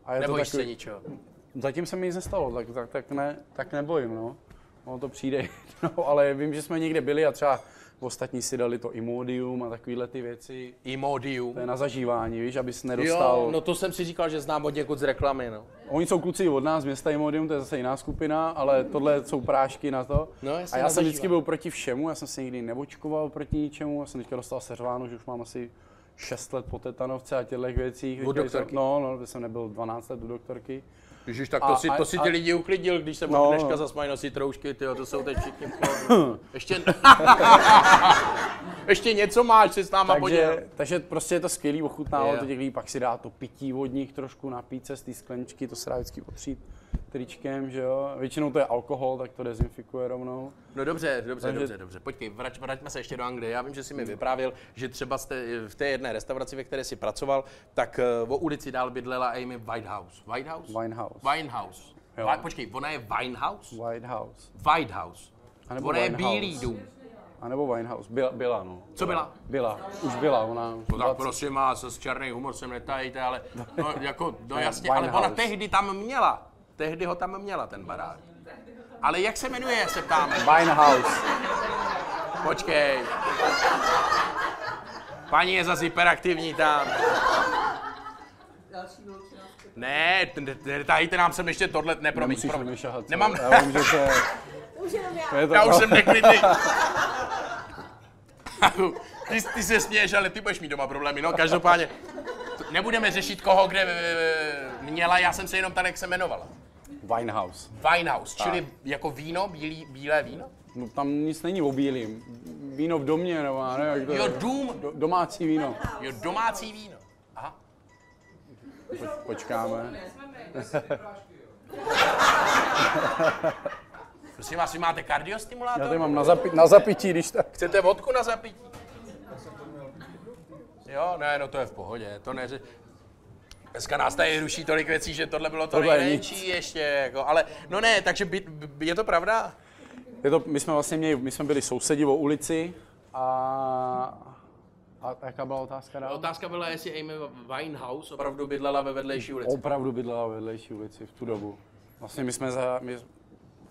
Speaker 3: a je
Speaker 1: Nebojíš
Speaker 3: to
Speaker 1: se
Speaker 3: takový,
Speaker 1: ničeho.
Speaker 3: Zatím se mi nic nestalo, tak, tak, tak, ne, tak nebojím, no. No to přijde, <laughs> no, ale vím, že jsme někde byli a třeba ostatní si dali to Imodium a takovéhle ty věci.
Speaker 1: Imodium.
Speaker 3: To je na zažívání, víš, abys nedostal...
Speaker 1: no to jsem si říkal, že znám od někud z reklamy, no.
Speaker 3: Oni jsou kluci od nás, z města Imodium, to je zase jiná skupina, ale tohle jsou prášky na to.
Speaker 1: No, já se
Speaker 3: a já jsem
Speaker 1: nezažívám.
Speaker 3: vždycky byl proti všemu, já jsem se nikdy nebočkoval proti ničemu, já jsem teďka dostal seřváno, že už mám asi 6 let po tetanovce a těchto věcích.
Speaker 1: Od
Speaker 3: Teďka jsem-
Speaker 1: doktorky.
Speaker 3: No, no, když jsem nebyl 12 let u doktorky.
Speaker 1: Ježiš, tak
Speaker 3: A-
Speaker 1: to, si,
Speaker 3: a-
Speaker 1: to si
Speaker 3: a-
Speaker 1: ti lidi uklidil, když se
Speaker 3: No.
Speaker 1: no. dneška zas mají nosit roušky, tyjo, to jsou teď všichni v
Speaker 3: <laughs>
Speaker 1: pohodě. Ještě... <laughs> Ještě něco máš, si s náma poděl.
Speaker 3: Takže, takže prostě je to skvělý ochutnávat
Speaker 1: Jo.
Speaker 3: to těch lidí, pak si dá to pití od nich trošku, napít se z té skleničky, to se dá vždycky otřít tričkem, že jo. Většinou to je alkohol, tak to dezinfikuje rovnou.
Speaker 1: No dobře, dobře,
Speaker 3: Takže-
Speaker 1: dobře, dobře. Počkej, vrať, vraťme se ještě do Anglie. Já vím, že jsi mi vyprávěl, že třeba jste eh, v té jedné restauraci, ve které jsi pracoval, tak eh, o ulici dál bydlela Amy Whitehouse. Whitehouse?
Speaker 3: Winehouse.
Speaker 1: Winehouse.
Speaker 3: Jo.
Speaker 1: Vi- Počkej, ona je Winehouse?
Speaker 3: White House.
Speaker 1: Whitehouse.
Speaker 3: A nebo
Speaker 1: Ona je
Speaker 3: Winehouse.
Speaker 1: Bílý dům.
Speaker 3: A nebo Winehouse. Byla, byla no.
Speaker 1: Co byla?
Speaker 3: Byla, už byla, ona už
Speaker 1: No tak
Speaker 3: byla
Speaker 1: prosím vás, s černý humor sem netajte, ale no, jako, no jasně, ale
Speaker 3: Winehouse.
Speaker 1: ona tehdy tam měla. Tehdy ho tam měla, ten barák. Ale jak se jmenuje, se ptáme.
Speaker 3: Winehouse.
Speaker 1: Počkej. Paní je zase hyperaktivní tam.
Speaker 4: Další vyloučená skupina.
Speaker 1: Ne, t- t- netajte nám sem ještě tohle, ne, promiň,
Speaker 3: Nemusíš
Speaker 1: promiň.
Speaker 3: mi šahat. co?
Speaker 1: Nemám,
Speaker 3: Já vím, že to je...
Speaker 4: Už jenom já.
Speaker 3: to <laughs> je to,
Speaker 1: já už jsem neklidný. <laughs> Ty, ty se směješ, ale ty budeš mít doma problémy, no, každopádně. Nebudeme řešit koho, kde eh, měla, já jsem se jenom tady, jak se jmenovala.
Speaker 3: Winehouse.
Speaker 1: Winehouse, čili jako víno, bílý, bílé víno?
Speaker 3: No, tam nic není o bílým. Víno v domě, nebo já nevím, jak to
Speaker 1: Jo,
Speaker 3: je.
Speaker 1: dům,
Speaker 3: Do, domácí víno.
Speaker 1: jo, domácí víno. Aha.
Speaker 3: Po, počkáme.
Speaker 1: Prosím vás, vy máte kardiostimulátor?
Speaker 3: Já tady mám na, zapi, na zapití, když tak.
Speaker 1: Chcete vodku na zapití? Jo, ne, no to je v pohodě, to neři... Dneska nás tady ruší tolik věcí, že tohle bylo to
Speaker 3: Tohle je
Speaker 1: nejmenší ještě, jako, ale no ne, takže by, by, je to pravda?
Speaker 3: Je to, my jsme vlastně měli, my jsme byli sousedi o ulici a... A jaká byla otázka dál?
Speaker 1: Otázka byla, jestli Amy Winehouse opravdu bydlela ve vedlejší ulici.
Speaker 3: Opravdu bydlela ve vedlejší ulici v tu dobu. Vlastně my jsme za, my,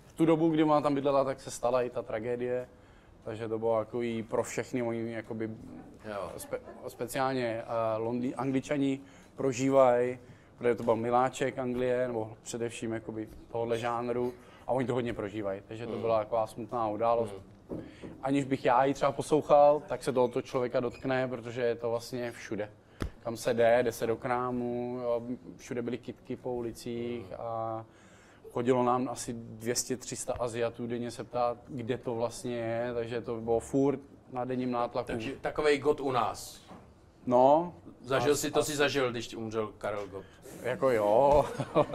Speaker 3: v tu dobu, kdy ona tam bydlela, tak se stala i ta tragédie. Takže to bylo jako i pro všechny, oni jakoby
Speaker 1: Jo.
Speaker 3: spe, speciálně uh, Londý, angličani prožívají, protože to byl miláček Anglie, nebo především jakoby tohohle žánru, a oni to hodně prožívají, takže to byla taková smutná událost. Aniž bych já ji třeba poslouchal, tak se tohoto člověka dotkne, protože je to vlastně všude. kam se jde, jde se do krámu, jo, všude byly kytky po ulicích a chodilo nám asi 200-300 Aziatů denně se ptát, kde to vlastně je, takže to bylo furt na denním nátlaku.
Speaker 1: Takže takovej god u nás.
Speaker 3: No,
Speaker 1: Zažil si to, si zažil, když ti umřel Karel Gott.
Speaker 3: jako jo, <laughs>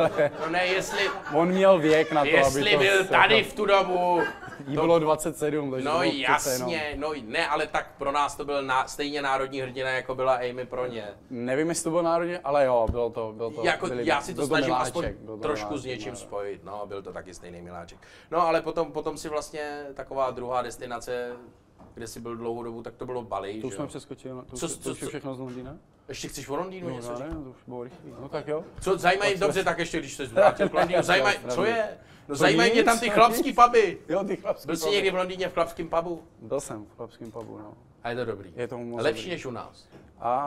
Speaker 1: No ne, jestli,
Speaker 3: on měl věk na to, aby
Speaker 1: jestli
Speaker 3: to...
Speaker 1: byl
Speaker 3: se- jako-
Speaker 1: tady v tu dobu.
Speaker 3: Jí bylo 27, takže to
Speaker 1: No
Speaker 3: bylo přece jenom-
Speaker 1: jasně, no ne, ale tak pro nás to byl ná, stejně národní hrdina, jako byla Amy pro ně.
Speaker 3: Nevím, jestli to bylo národně, ale jo, bylo to. Bylo to
Speaker 1: jako,
Speaker 3: byli-
Speaker 1: já si to
Speaker 3: byl
Speaker 1: snažím
Speaker 3: miláček,
Speaker 1: aspoň
Speaker 3: byl to
Speaker 1: trošku
Speaker 3: miláček,
Speaker 1: s něčím
Speaker 3: no.
Speaker 1: spojit. No, byl to taky stejný miláček. No, ale potom, potom si vlastně taková druhá destinace, kde jsi byl dlouhou dobu, tak to bylo Bali.
Speaker 3: To už
Speaker 1: že
Speaker 3: jsme
Speaker 1: jo?
Speaker 3: přeskočili, no, to,
Speaker 1: Co-
Speaker 3: co,
Speaker 1: co-
Speaker 3: to už je
Speaker 1: co- No,
Speaker 3: všechno z Londýna?
Speaker 1: Ještě chceš v Londýnu něco
Speaker 3: No,
Speaker 1: říct?
Speaker 3: ne, to už bylo rychlý. No tak jo.
Speaker 1: Co zajímají, dobře, tak ještě když se zvrátil k
Speaker 3: <laughs>
Speaker 1: Londýnu, zajímají, co je? No zajímají mě tam ty
Speaker 3: nic,
Speaker 1: chlapský
Speaker 3: nic.
Speaker 1: puby.
Speaker 3: Jo, ty chlapský
Speaker 1: Byl jsi někdy v Londýně v chlapském pubu?
Speaker 3: Byl jsem v chlapském pubu, no.
Speaker 1: A je to dobrý.
Speaker 3: Je to moc
Speaker 1: Lepší
Speaker 3: dobrý.
Speaker 1: než u nás.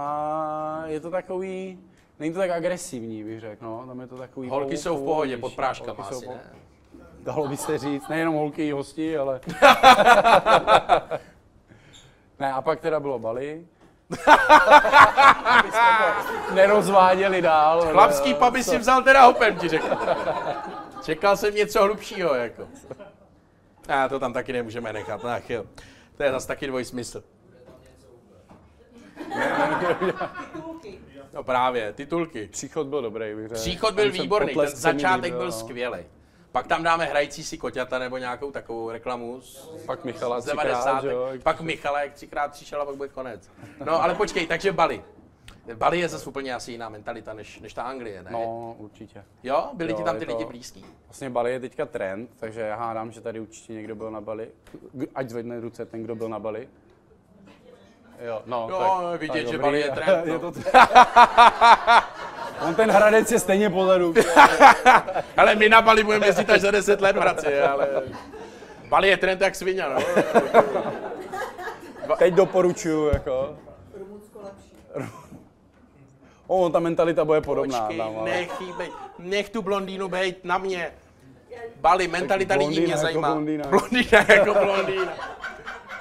Speaker 3: A je to takový, není to tak agresivní, bych řekl, no. Tam je to takový
Speaker 1: Holky
Speaker 3: pou-
Speaker 1: jsou v pohodě pod
Speaker 3: pohodlnější.
Speaker 1: práškama
Speaker 3: Holky jsou
Speaker 1: asi,
Speaker 3: po-
Speaker 1: ne?
Speaker 3: Dalo by se říct, nejenom holky i
Speaker 1: <laughs>
Speaker 3: hosti, ale... ne, a pak teda bylo Bali. <laughs> Abychom to nerozváděli dál. ale-
Speaker 1: Chlapský puby si vzal teda hopem, ti řekl. Čekal jsem něco hlubšího, jako. A to tam taky nemůžeme nechat, ach jo. To je zase taky dvoj smysl.
Speaker 4: Titulky.
Speaker 1: No právě, titulky.
Speaker 3: Příchod byl dobrý, bych řekl.
Speaker 1: Příchod
Speaker 3: Tam
Speaker 1: byl
Speaker 3: jsem
Speaker 1: výborný, ten
Speaker 3: potlesk se mi
Speaker 1: začátek
Speaker 3: líbil,
Speaker 1: byl
Speaker 3: no.
Speaker 1: skvělý. Pak tam dáme hrající si koťata nebo nějakou takovou reklamu z
Speaker 3: Pak Michala
Speaker 1: z
Speaker 3: třikrát,
Speaker 1: 90.
Speaker 3: že jo. jak-
Speaker 1: Pak Michala, jak třikrát přišel a pak bude konec. No ale počkej, takže Bali. Bali je zase úplně asi jiná mentalita než, než ta Anglie, ne?
Speaker 3: No, určitě.
Speaker 1: jo, byli ti
Speaker 3: jo,
Speaker 1: tam
Speaker 3: je
Speaker 1: ty
Speaker 3: to-
Speaker 1: lidi blízký.
Speaker 3: Vlastně Bali je teďka trend, takže já hádám, že tady určitě někdo byl na Bali. K- Ať zvedne ruce ten, kdo byl na Bali. Jo, no,
Speaker 1: Jo, vidět, že Bali je trend, no.
Speaker 3: <laughs> je to t- On ten Hradec je
Speaker 1: <laughs>
Speaker 3: stejně pozadu.
Speaker 1: Ale my na Bali budeme jezdit až za 10 let, bratři, ale... Bali je trend jak svině,
Speaker 3: <laughs>
Speaker 1: no.
Speaker 3: Teď doporučuju, jako.
Speaker 4: Rumunsko lepší.
Speaker 3: O, ta mentalita bude podobná.
Speaker 1: Počkej,
Speaker 3: tam, ale-
Speaker 1: nech, jí bejt. nech tu blondýnu bejt na mě. Bali, mentalita lidí mě
Speaker 3: blondýna jako
Speaker 1: zajímá.
Speaker 3: blondýna.
Speaker 1: blondýna jako blondýna.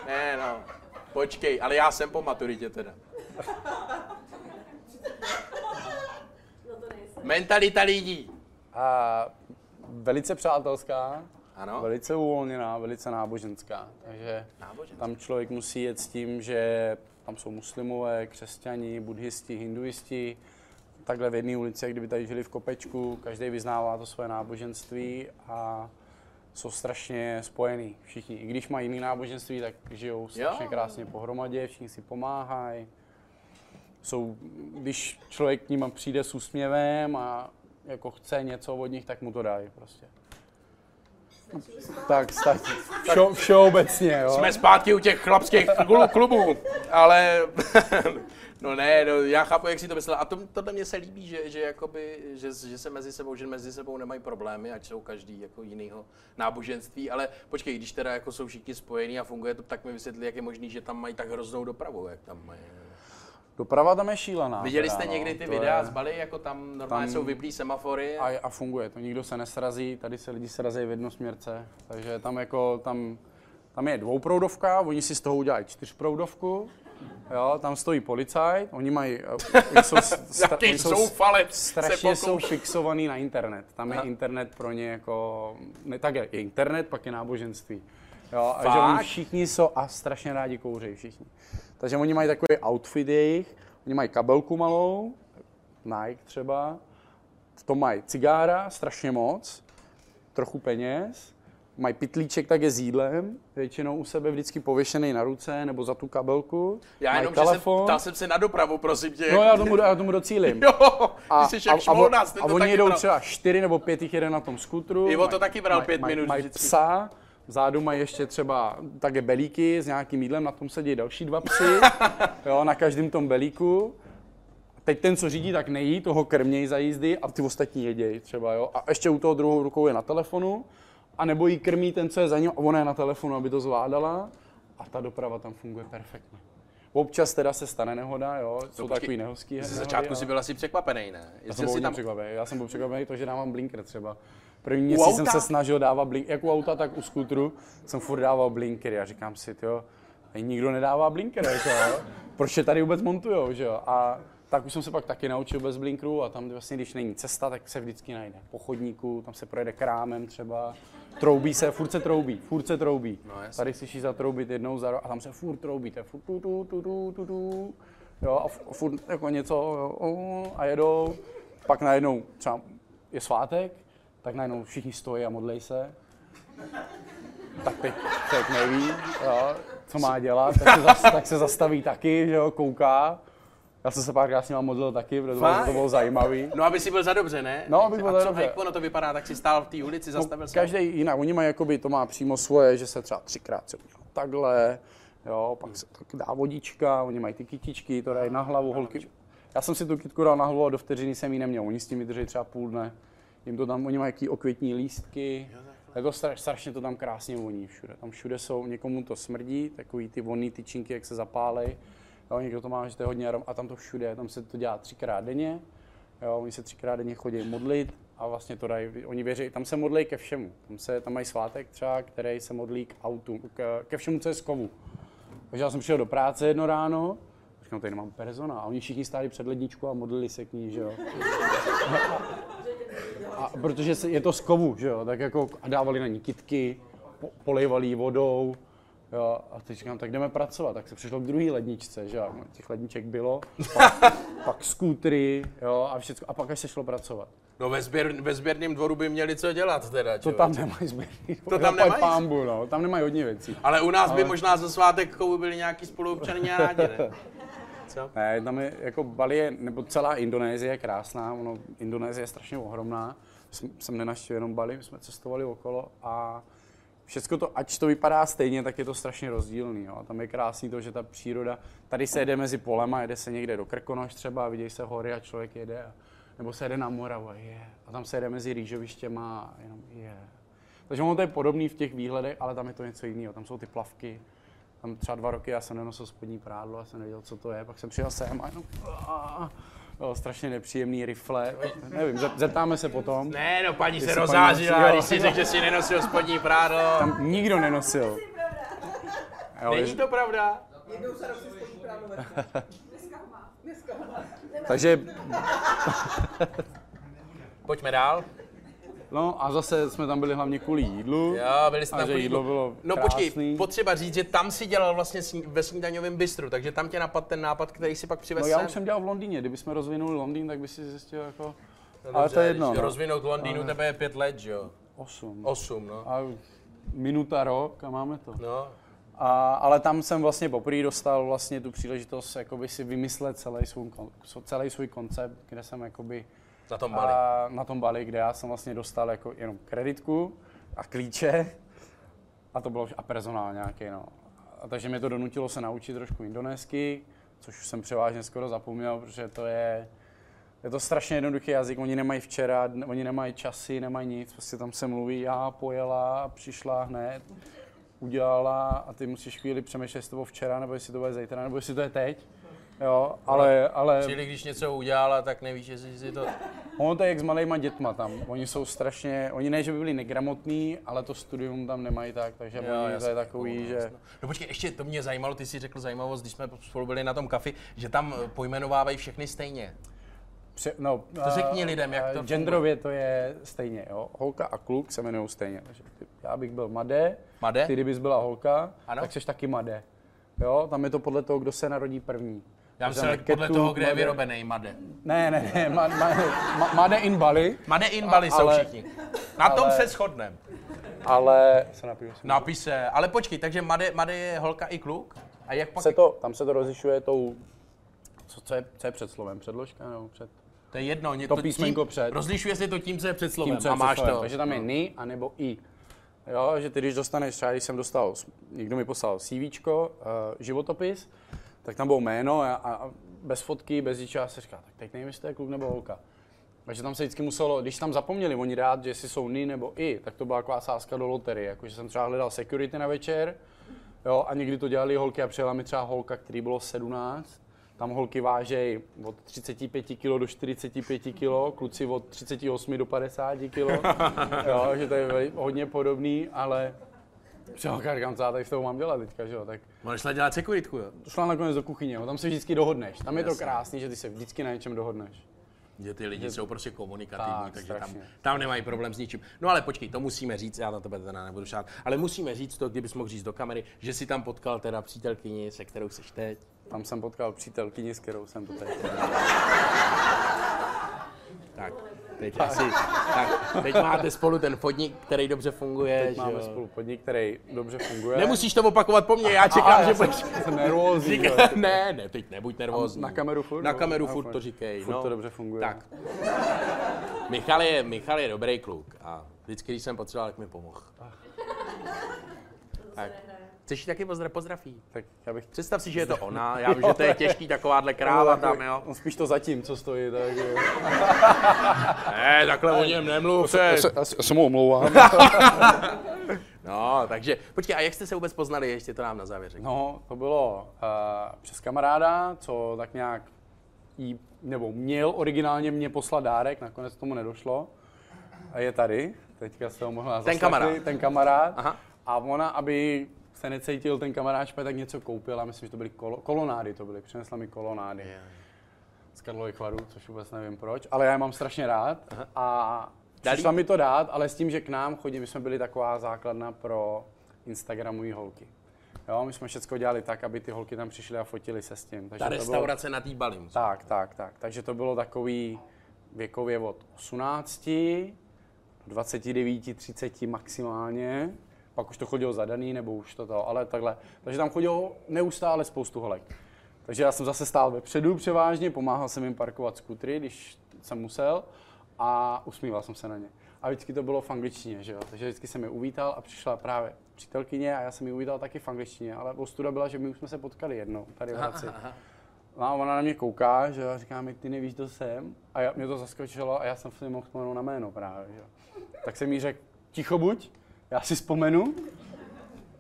Speaker 1: Ne, no. Počkej, ale já jsem po maturitě teda.
Speaker 4: No to nejsem.
Speaker 1: Mentalita lidí.
Speaker 3: A velice přátelská,
Speaker 1: Ano.
Speaker 3: velice uvolněná, velice náboženská. Takže
Speaker 1: Náboženská.
Speaker 3: tam člověk musí jet s tím, že tam jsou muslimové, křesťani, buddhisti, hinduisti. Takhle v jedné ulici, jak kdyby tady žili v kopečku, každý vyznává to svoje náboženství a jsou strašně spojení všichni. I když mají jiný náboženství, tak žijou strašně
Speaker 1: Jo.
Speaker 3: krásně pohromadě, všichni si pomáhají jsou, když člověk k ním přijde s úsměvem a jako chce něco od nich, tak mu to dají prostě. Tak, tak všo, všeobecně, jo.
Speaker 1: Jsme zpátky u těch chlapských klu- klubů, ale <laughs> no ne, no, já chápu, jak si to myslel. A to, tohle mě se líbí, že, že, jakoby, že, že, se mezi sebou, že mezi sebou nemají problémy, ať jsou každý jako jinýho náboženství, ale počkej, když teda jako jsou všichni spojení a funguje to, tak mi vysvětli, jak je možný, že tam mají tak hroznou dopravu, jak tam mají.
Speaker 3: Doprava tam je šílená.
Speaker 1: Viděli
Speaker 3: teda,
Speaker 1: jste
Speaker 3: no.
Speaker 1: někdy ty
Speaker 3: To
Speaker 1: videa
Speaker 3: je-
Speaker 1: z Bali, jako tam normálně
Speaker 3: Tam-
Speaker 1: jsou vyblí semafory?
Speaker 3: A, a funguje to, nikdo se nesrazí, tady se lidi srazí v jednosměrce, takže tam jako, tam, tam je dvouproudovka, oni si z toho udělají čtyřproudovku, jo, tam stojí policajt, oni mají, eh, oni jsou, s- sta-
Speaker 1: <laughs> Jaký
Speaker 3: oni jsou s-
Speaker 1: zoufalec
Speaker 3: strašně
Speaker 1: se
Speaker 3: jsou
Speaker 1: pokouší.
Speaker 3: fixovaný na internet. Tam je
Speaker 1: Aha.
Speaker 3: internet pro ně jako... Ne, tak je internet, pak je náboženství. Jo, a
Speaker 1: Fakt?
Speaker 3: že oni všichni jsou a strašně rádi kouřejí všichni. Takže oni mají takový outfit jejich, oni mají kabelku malou, Nike třeba, v tom mají cigára, strašně moc, trochu peněz, mají pitlíček tak je s jídlem, většinou u sebe vždycky pověšený na ruce nebo za tu kabelku,
Speaker 1: Já
Speaker 3: mají
Speaker 1: jenom, že jsem,
Speaker 3: telefon.
Speaker 1: ptal jsem se na dopravu, prosím tě. <laughs>
Speaker 3: No já tomu, já tomu docílim.
Speaker 1: Jo,
Speaker 3: A,
Speaker 1: ty jsi
Speaker 3: a,
Speaker 1: jak
Speaker 3: a, on-
Speaker 1: šmouna, jste
Speaker 3: a
Speaker 1: to
Speaker 3: oni
Speaker 1: taky
Speaker 3: jedou
Speaker 1: bral.
Speaker 3: třeba čtyři nebo pět jich jede na tom skutru.
Speaker 1: Ivo to taky bral pět minut
Speaker 3: Mají
Speaker 1: vždycky.
Speaker 3: psa, vzadu mají ještě třeba také belíky s nějakým jídlem, na tom sedí další
Speaker 1: <laughs>
Speaker 3: dva psy, jo, na každém tom belíku. Teď ten, co řídí, tak nejí, toho krměj za jízdy a ty ostatní jeděj třeba, jo. A ještě u toho druhou rukou je na telefonu, a nebo jí krmí ten, co je za ním a ona je na telefonu, aby to zvládala. A ta doprava tam funguje perfektně. Občas teda se stane nehoda, jo, jsou
Speaker 1: No počkej,
Speaker 3: takový nehozký.
Speaker 1: Ze
Speaker 3: nehody,
Speaker 1: začátku
Speaker 3: ale-
Speaker 1: si byl asi překvapený, ne?
Speaker 3: já jsem byl
Speaker 1: Jestli si
Speaker 3: hodně
Speaker 1: tam...
Speaker 3: překvapený. Já jsem byl překvapený to, že dávám blinker třeba. První měsíc jsem
Speaker 1: auta?
Speaker 3: se snažil dávat blinker, jak u auta, tak u skutru jsem furt dával blinkery a říkám si, jo, nikdo nedává blinker, jako, jo. proč je tady vůbec montujou, že jo? A tak už jsem se pak taky naučil bez blinkru a tam vlastně, když není cesta, tak se vždycky najde. Po chodníku, tam se projede krámem třeba, troubí se, furt se troubí, furt se troubí.
Speaker 1: No, jasně.
Speaker 3: Tady slyšíš zatroubit jednou za rok a tam se furt troubí, to je furt tu, tu, tu, tu, tu, tu. Jo, a fu- furt jako něco jo, o, a jedou. Pak najednou třeba je svátek, tak najednou všichni stojí a modlej se. Tak teď člověk neví, jo, co má dělat, tak se, zas, tak se zastaví taky, že jo, kouká. Já jsem se párkrát s nima modlil taky, protože
Speaker 1: Fakt?
Speaker 3: to bylo zajímavý.
Speaker 1: No, aby si byl za dobře, ne? Jako
Speaker 3: No, abych byl
Speaker 1: a
Speaker 3: za
Speaker 1: co,
Speaker 3: dobře. No,
Speaker 1: jak ono to vypadá, tak si stál v té ulici, zastavil se.
Speaker 3: Každý jinak, oni mají jakoby, to má přímo svoje, že se třeba třikrát se udělá takhle, jo, pak se tak dá vodička, oni mají ty kytičky, to dají na hlavu, holky. Já jsem si tu kytku dal na hlavu a do vteřiny jsem ji neměl, oni s tím vydrží třeba půl dne. Jim to tam, oni mají jaký okvětní lístky, je to stra- strašně to tam krásně voní všude. Tam všude jsou, někomu to smrdí, takový ty vonný tyčinky, jak se zapálej. Jo, někdo to má, že to je hodně arom, a tam to všude, je, tam se to dělá třikrát denně. Jo, oni se třikrát denně chodí modlit a vlastně to dají, oni věří, tam se modlí ke všemu. Tam, se, tam mají svátek třeba, který se modlí k autu, k, ke všemu, co je z kovu. Takže já jsem přišel do práce jedno ráno, říkám, tady nemám persona. A oni všichni stáli před ledničku a modlili se k ní, že jo. A protože se- je to z kovu, že jo, tak jako a dávali na ní kitky, po, polejvali ji vodou, jo, a teď říkám, tak jdeme pracovat, tak se přišlo k druhé ledničce, že jo, a těch ledniček bylo, pak, pak skútry, jo, a všechno, a pak až se šlo pracovat.
Speaker 1: No ve, sběr, ve sběrném dvoru by měli co dělat teda,
Speaker 3: To
Speaker 1: čo?
Speaker 3: tam nemají zběrný,
Speaker 1: To tam nemají?
Speaker 3: pámbu, no, tam nemají hodně věcí.
Speaker 1: Ale u nás by možná ze svátek kovu byli nějaký spoluobčané rádi,
Speaker 3: <laughs>
Speaker 1: ne? Co?
Speaker 3: Ne, tam je jako Bali, je, nebo celá Indonésie je krásná, ono, Indonésie je strašně ohromná. Jsem, jsem nenaštěl jenom Bali, my jsme cestovali okolo a všechno to, ač to vypadá stejně, tak je to strašně rozdílný. Jo. Tam je krásný to, že ta příroda, tady se jede mezi polema, jede se někde do Krkonoš třeba, a vidějí se hory a člověk jede. A, nebo se jede na Moravu a je. A tam se jede mezi rýžovištěma a jenom je. Takže ono to je podobný v těch výhledech, ale tam je to něco jiného. Tam jsou ty plavky, tam třeba dva roky já jsem nenosil spodní prádlo, já jsem nevěděl, co to je, pak jsem přijel sem a jenom, aaa, jo, strašně nepříjemný rifle, nevím, zep- zeptáme se potom.
Speaker 1: Ne, no paní se
Speaker 3: Jestli paní
Speaker 1: rozářila,
Speaker 3: nosí-
Speaker 1: když si
Speaker 3: jo.
Speaker 1: řekl, že si nenosil spodní prádlo.
Speaker 3: Tam nikdo nenosil. Jo,
Speaker 1: Není to pravda?
Speaker 4: Jednou za rok si spodní právo Dneska ho má. Dneska ho má.
Speaker 3: Takže,
Speaker 1: Pojďme dál.
Speaker 3: no a zase jsme tam byli hlavně kvůli jídlu.
Speaker 1: Jo, byli jsme
Speaker 3: A
Speaker 1: tam
Speaker 3: že
Speaker 1: kvůli
Speaker 3: jídlo
Speaker 1: jídlu.
Speaker 3: bylo
Speaker 1: No
Speaker 3: krásný.
Speaker 1: počkej, potřeba říct, že tam si dělal vlastně sní, ve snídaňovém bistru, takže tam tě napadl ten nápad, který si pak přivez
Speaker 3: No já
Speaker 1: sem.
Speaker 3: už jsem dělal v Londýně, kdybychom rozvinuli Londýn, tak by si zjistil jako,
Speaker 1: No
Speaker 3: ale
Speaker 1: dobře,
Speaker 3: to je
Speaker 1: když
Speaker 3: jedno, no.
Speaker 1: Rozvinout Londýnu tebe je pět let, že jo?
Speaker 3: osm.
Speaker 1: Osm, no.
Speaker 3: A minuta rok a máme to.
Speaker 1: No,
Speaker 3: A, ale tam jsem vlastně poprvé dostal vlastně tu příležitost jakoby si vymyslet celý svůj, kon- celý svůj koncept, kde jsem jakoby
Speaker 1: na tom Bali.
Speaker 3: a, na tom Bali, kde já jsem vlastně dostal jako jenom kreditku a klíče a to bylo vš- a personál nějaký, no. A takže mě to donutilo se naučit trošku indonésky, což už jsem převážně skoro zapomněl, protože to je, je to strašně jednoduchý jazyk, oni nemají včera, dn- oni nemají časy, nemají nic, prostě tam se mluví, já pojela, přišla hned, udělala a ty musíš chvíli přemýšlet, jestli to bylo včera, nebo jestli to bude zítra, nebo jestli to je teď. Jo, ale, ale...
Speaker 1: Čili když něco udělala, tak nevíš, jestli si to...
Speaker 3: Ono to je jak s malejma dětma tam. Oni jsou strašně, oni ne, že by byli negramotní, ale to studium tam nemají tak, takže jo, oni to
Speaker 1: jasně,
Speaker 3: je takový,
Speaker 1: jako u
Speaker 3: že...
Speaker 1: nás, no. No počkej, ještě to mě zajímalo, ty jsi řekl zajímavost, když jsme spolu byli na tom kafi, že tam eh, pojmenovávají všechny stejně.
Speaker 3: Pře- no, eh,
Speaker 1: To řekni lidem, jak to
Speaker 3: Genderově to je stejně, jo. Holka a kluk se jmenují stejně. Takže ty- já bych byl Made,
Speaker 1: Made?
Speaker 3: ty kdybys byla holka,
Speaker 1: Ano.
Speaker 3: tak jsi taky Made. Jo, tam je to podle toho, kdo se narodí první.
Speaker 1: Já
Speaker 3: Takže
Speaker 1: se
Speaker 3: tam
Speaker 1: podle
Speaker 3: Ketu,
Speaker 1: toho, kde je
Speaker 3: Made-
Speaker 1: vyrobený Made.
Speaker 3: Ne, ne, ne, ma, ma, ma, Made in Bali,
Speaker 1: Made in Bali jsou
Speaker 3: ale-
Speaker 1: všichni. Na tom
Speaker 3: ale-
Speaker 1: se shodneme.
Speaker 3: ale... Se napiju,
Speaker 1: Napise, ale počkej, takže Made, Made je holka i kluk? A jak pak...
Speaker 3: se to, tam se to rozlišuje tou, co, co, je, co je před slovem, předložka nebo před
Speaker 1: To je jedno, mě
Speaker 3: to písmenko
Speaker 1: tím,
Speaker 3: před.
Speaker 1: Rozlišuje se to tím, co je před slovem
Speaker 3: tím, co je
Speaker 1: a
Speaker 3: před
Speaker 1: máš
Speaker 3: slovem.
Speaker 1: to. No.
Speaker 3: Takže tam je ni a nebo i. Jo, že ty když dostaneš, třeba když jsem dostal, někdo mi poslal CV, uh, životopis, tak tam bylo jméno a, a a bez fotky, bez ničeho, já se říká, tak teď nevím, jestli to je kluk nebo holka. Takže tam se vždycky muselo, když tam zapomněli oni dát, že jestli jsou ni nebo i, tak to byla taková sázka do loterie. Jakože jsem třeba hledal security na večer, jo, a někdy to dělali holky a přijela mi třeba holka, který bylo 17, tam holky vážejí od 35 kg do 45 kg, kluci od
Speaker 1: <laughs>
Speaker 3: 38 do 50 kg, jo, že to je veli- hodně podobný, ale Čo, říkám, "No, co já tady s tou mám dělat teďka, že jo, tak
Speaker 1: Můžeš tam dělat sekuritku, jo?
Speaker 3: šla nakonec do kuchyně, jo, tam se vždycky dohodneš, tam je to
Speaker 1: Jasně.
Speaker 3: krásný, že ty se vždycky na něčem dohodneš.
Speaker 1: Že ty lidi jsou prostě komunikativní, tak,
Speaker 3: Tak,
Speaker 1: takže tam,
Speaker 3: strašně.
Speaker 1: tam nemají problém s ničím. No ale počkej, to musíme říct, já na tebe teda nebudu šát, ale musíme říct to, kdybys mohl říct do kamery, že si tam potkal teda přítelkyni, se kterou seš teď.
Speaker 3: Tam jsem potkal přítelkyni, s kterou jsem to teď.
Speaker 1: Tak, teď asi,
Speaker 3: <laughs>
Speaker 1: tak, teď máte spolu ten podnik, který dobře funguje,
Speaker 3: Teď
Speaker 1: že
Speaker 3: máme
Speaker 1: jo.
Speaker 3: spolu podnik, který dobře funguje.
Speaker 1: Nemusíš to opakovat po mně, já čekám,
Speaker 3: Aha,
Speaker 1: že
Speaker 3: já jsem,
Speaker 1: budeš...
Speaker 3: jsem nervózní. jo.
Speaker 1: Říká, ne, ne, teď nebuď nervózní.
Speaker 3: na kameru furt,
Speaker 1: Na
Speaker 3: no.
Speaker 1: kameru
Speaker 3: No,
Speaker 1: furt
Speaker 3: fajn.
Speaker 1: to říkej.
Speaker 3: Furt
Speaker 1: no.
Speaker 3: to dobře funguje.
Speaker 1: Tak. Michal je, Michal je dobrý kluk a vždycky, když jsem potřeboval, tak mi pomohl. Tak. Chceš jí taky pozdrav, pozdrav jí.
Speaker 3: Tak já bych
Speaker 1: Představ si, že je to ona, já vím, že to je těžký takováhle kráva tam, jo.
Speaker 3: On spíš to zatím, co stojí, tak jo.
Speaker 1: Ne, takhle o něm nemluv. to je-
Speaker 3: Já se mu omlouvám.
Speaker 1: No, takže, počkej, a jak jste se vůbec poznali, ještě to nám na závěr řekni.
Speaker 3: No, to bylo uh, přes kamaráda, co tak nějak jí, nebo měl originálně mě poslat dárek, nakonec k tomu nedošlo. A je tady, teďka se ho možná zaslechli,
Speaker 1: kamarád.
Speaker 3: Ten kamarád.
Speaker 1: Aha.
Speaker 3: Aha. A ona, aby se necítil ten kamarád špatně, tak něco koupila, myslím, že to byly kolo, kolonády, to byly, přinesla mi kolonády.
Speaker 1: Jo.
Speaker 3: Z Karlových varů, což vůbec nevím proč, ale já je mám strašně rád. Aha. A
Speaker 1: Dali-
Speaker 3: přišla mi to dát, ale s tím, že k nám chodí, my jsme byli taková základna pro Instagramové holky. Jo, my jsme všechno dělali tak, aby ty holky tam přišly a fotily se s tím. Takže
Speaker 1: Ta
Speaker 3: to bylo,
Speaker 1: restaurace na Týbalím.
Speaker 3: tak, tak, tak. Takže to bylo takový věkově od 18 do 29, 30 maximálně. Pak už to chodilo zadaný, nebo už to to, ale takhle. Takže tam chodilo neustále spoustu holek. Takže já jsem zase stál vepředu převážně, pomáhal jsem jim parkovat skutry, když jsem musel a usmíval jsem se na ně. A vždycky to bylo v angličtině, že jo? Takže vždycky jsem je uvítal a přišla právě přítelkyně a já jsem ji uvítal taky v angličtině, ale ostuda byla, že my už jsme se potkali jednou tady v Hradci. No a ona na mě kouká, že jo, a říká mi, ty nevíš, kdo jsem. A já, mě to zaskočilo a já jsem si nemohl vzpomenout na jméno právě, že jo. Tak jsem jí řekl, ticho buď, já si vzpomenu.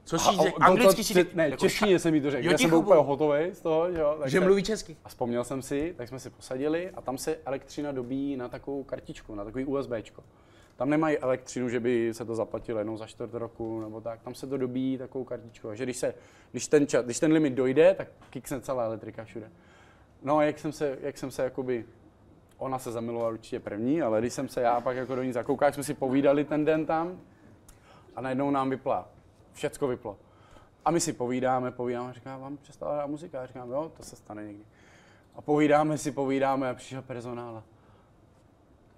Speaker 1: Co
Speaker 3: A
Speaker 1: si
Speaker 3: o-
Speaker 1: řekl,
Speaker 3: dokonce-
Speaker 1: anglicky si
Speaker 3: Ne,
Speaker 1: jako
Speaker 3: češtině jsem jí to řekl,
Speaker 1: Jo,
Speaker 3: já jsem
Speaker 1: ticho
Speaker 3: byl úplně
Speaker 1: buď.
Speaker 3: hotový z toho, že jo. tak
Speaker 1: Že
Speaker 3: se-
Speaker 1: mluví česky.
Speaker 3: A vzpomněl jsem si, tak jsme si posadili a tam se elektřina dobíjí na takovou kartičku, na takový USBčko. Tam nemají elektřinu, že by se to zaplatilo jenom za čtvrt roku nebo tak. Tam se to dobíjí takovou kartičku. Takže když, se, když, ten, čas, když ten limit dojde, tak kiksne celá elektrika všude. No a jak jsem se, jak jsem se jakoby, ona se zamilovala určitě první, ale když jsem se já pak jako do ní zakoukal, jak jsme si povídali ten den tam a najednou nám vypla. Všecko vyplo. A my si povídáme, povídáme, říká, vám přestala hrát muzika. Já říkám, jo, to se stane někdy. A povídáme si, povídáme a přišel personál. a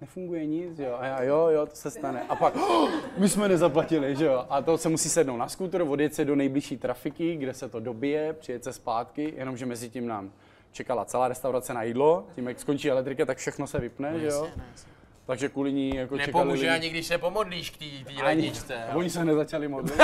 Speaker 3: Nefunguje nic, jo. A já, jo, jo, to se stane. A pak, oh, my jsme nezaplatili, že jo. A to se musí sednout na skútr, odjet se do nejbližší trafiky, kde se to dobije, přijet se zpátky, jenomže mezi tím nám čekala celá restaurace na jídlo. Tím, jak skončí elektrika, tak všechno se
Speaker 1: No,
Speaker 3: vypne, že jo. Takže kvůli ní jako čekali
Speaker 1: Nepomůže
Speaker 3: lidi.
Speaker 1: ani, když se pomodlíš k té
Speaker 3: Ani-
Speaker 1: ledničce. jo.
Speaker 3: Oni se
Speaker 1: <laughs>
Speaker 3: nezačali modlit.
Speaker 1: Dej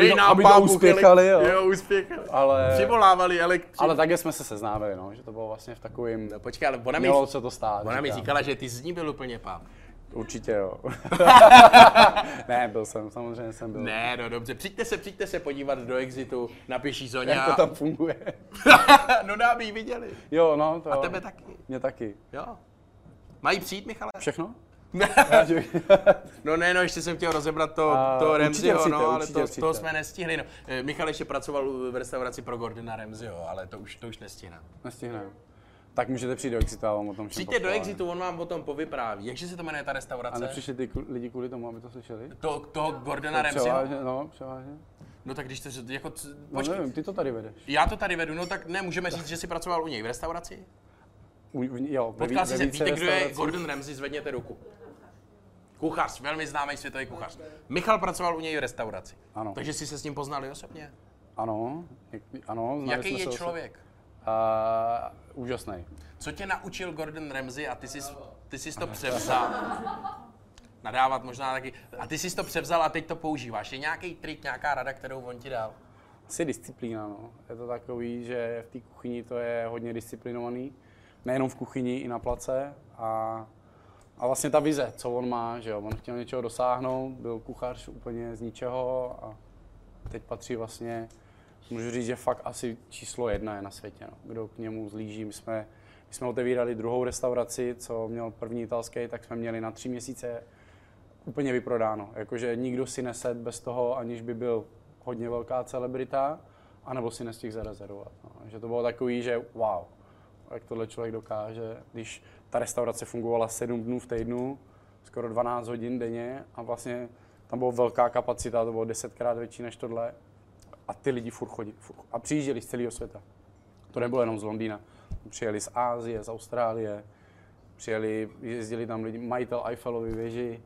Speaker 3: aby, to,
Speaker 1: nám,
Speaker 3: aby to
Speaker 1: pán Bůh,
Speaker 3: uspěchali,
Speaker 1: elek-
Speaker 3: jo.
Speaker 1: jo uspěchali.
Speaker 3: Ale-
Speaker 1: Přivolávali elektřinu.
Speaker 3: Ale také jsme se seznámili, no, že to bylo vlastně v takovým...
Speaker 1: No, počkej, ale ona mi,
Speaker 3: Mělo se to stát.
Speaker 1: ona mi
Speaker 3: říkám.
Speaker 1: říkala, že ty z ní byl úplně pán. <laughs>
Speaker 3: Určitě jo. ne, byl jsem, samozřejmě jsem byl.
Speaker 1: Ne, no dobře, přijďte se, přijďte se podívat do Exitu na pěší zóně.
Speaker 3: Jak
Speaker 1: a-
Speaker 3: to Jako tam funguje?
Speaker 1: <laughs> no dáme ji viděli.
Speaker 3: Jo, no, to
Speaker 1: A
Speaker 3: jo.
Speaker 1: tebe taky,
Speaker 3: Mě taky.
Speaker 1: jo. Mají přijít, Michale?
Speaker 3: Všechno? <laughs>
Speaker 1: No ne, no ještě jsem chtěl rozebrat to,
Speaker 3: A,
Speaker 1: to
Speaker 3: určitě
Speaker 1: Remziho,
Speaker 3: přijďte,
Speaker 1: no, ale
Speaker 3: určitě
Speaker 1: to,
Speaker 3: přijďte.
Speaker 1: to jsme nestihli. No. Eh, Michal ještě pracoval v restauraci pro Gordona Remziho, ale to už, to už nestihneme.
Speaker 3: Nestihneme. Tak můžete přijít do Exitu a vám o tom všem
Speaker 1: Přijďte do
Speaker 3: popovím.
Speaker 1: Exitu, on vám o tom povypráví. Jakže se to jmenuje ta
Speaker 3: A
Speaker 1: restaurace?
Speaker 3: nepřišli ty ku- lidi kvůli tomu, aby to slyšeli?
Speaker 1: To, toho Gordona Ramsayho?
Speaker 3: Převážně, no, převážně. No
Speaker 1: No tak když to ř- jako, c- počkej,
Speaker 3: nevím, ty to tady vedeš.
Speaker 1: já to tady vedu, no tak ne, můžeme říct, že jsi pracoval u něj v restauraci?
Speaker 3: U, u, jo, ve,
Speaker 1: Potkal
Speaker 3: ví-
Speaker 1: jsi
Speaker 3: ve
Speaker 1: se,
Speaker 3: více
Speaker 1: víte, kdo je
Speaker 3: restauracích.
Speaker 1: Gordon Ramsay, zvedněte ruku. Kuchař, velmi známý světový kuchař. Michal pracoval u něj v restauraci.
Speaker 3: Ano.
Speaker 1: Takže jsi se s ním poznali osobně?
Speaker 3: Ano, jak, ano, znali jsme
Speaker 1: Jaký je
Speaker 3: se osobně.
Speaker 1: člověk?
Speaker 3: A, úžasný.
Speaker 1: Co tě naučil Gordon Ramsay a ty jsi, ty jsi to převzal? Nadávat možná taky. A ty jsi to převzal a teď to používáš. Je nějaký trik, nějaká rada, kterou on ti dal?
Speaker 3: Asi disciplína, no. Je to takový, že v té kuchyni to je hodně disciplinovaný. Nejenom v kuchyni, i na place. A, a vlastně ta vize, co on má, že jo. On chtěl něčeho dosáhnout, byl kuchař úplně z ničeho a teď patří vlastně, můžu říct, že fakt asi číslo jedna je na světě, no. kdo k němu zlíží. My jsme, my jsme otevírali druhou restauraci, co měl první italský, tak jsme měli na tři měsíce úplně vyprodáno. Jakože nikdo si neset bez toho, aniž by byl hodně velká celebrita, anebo si nestihl zarezervovat. No. Že to bylo takový, že wow, jak tohle člověk dokáže, když ta restaurace fungovala 7 dnů v týdnu, skoro 12 hodin denně a vlastně tam byla velká kapacita, to bylo desetkrát větší než tohle a ty lidi furt chodili. Furt, a přijížděli z celého světa. To nebylo jenom z Londýna. Přijeli z Ázie, z Austrálie, přijeli, jezdili tam lidi, majitel Eiffelovy věži,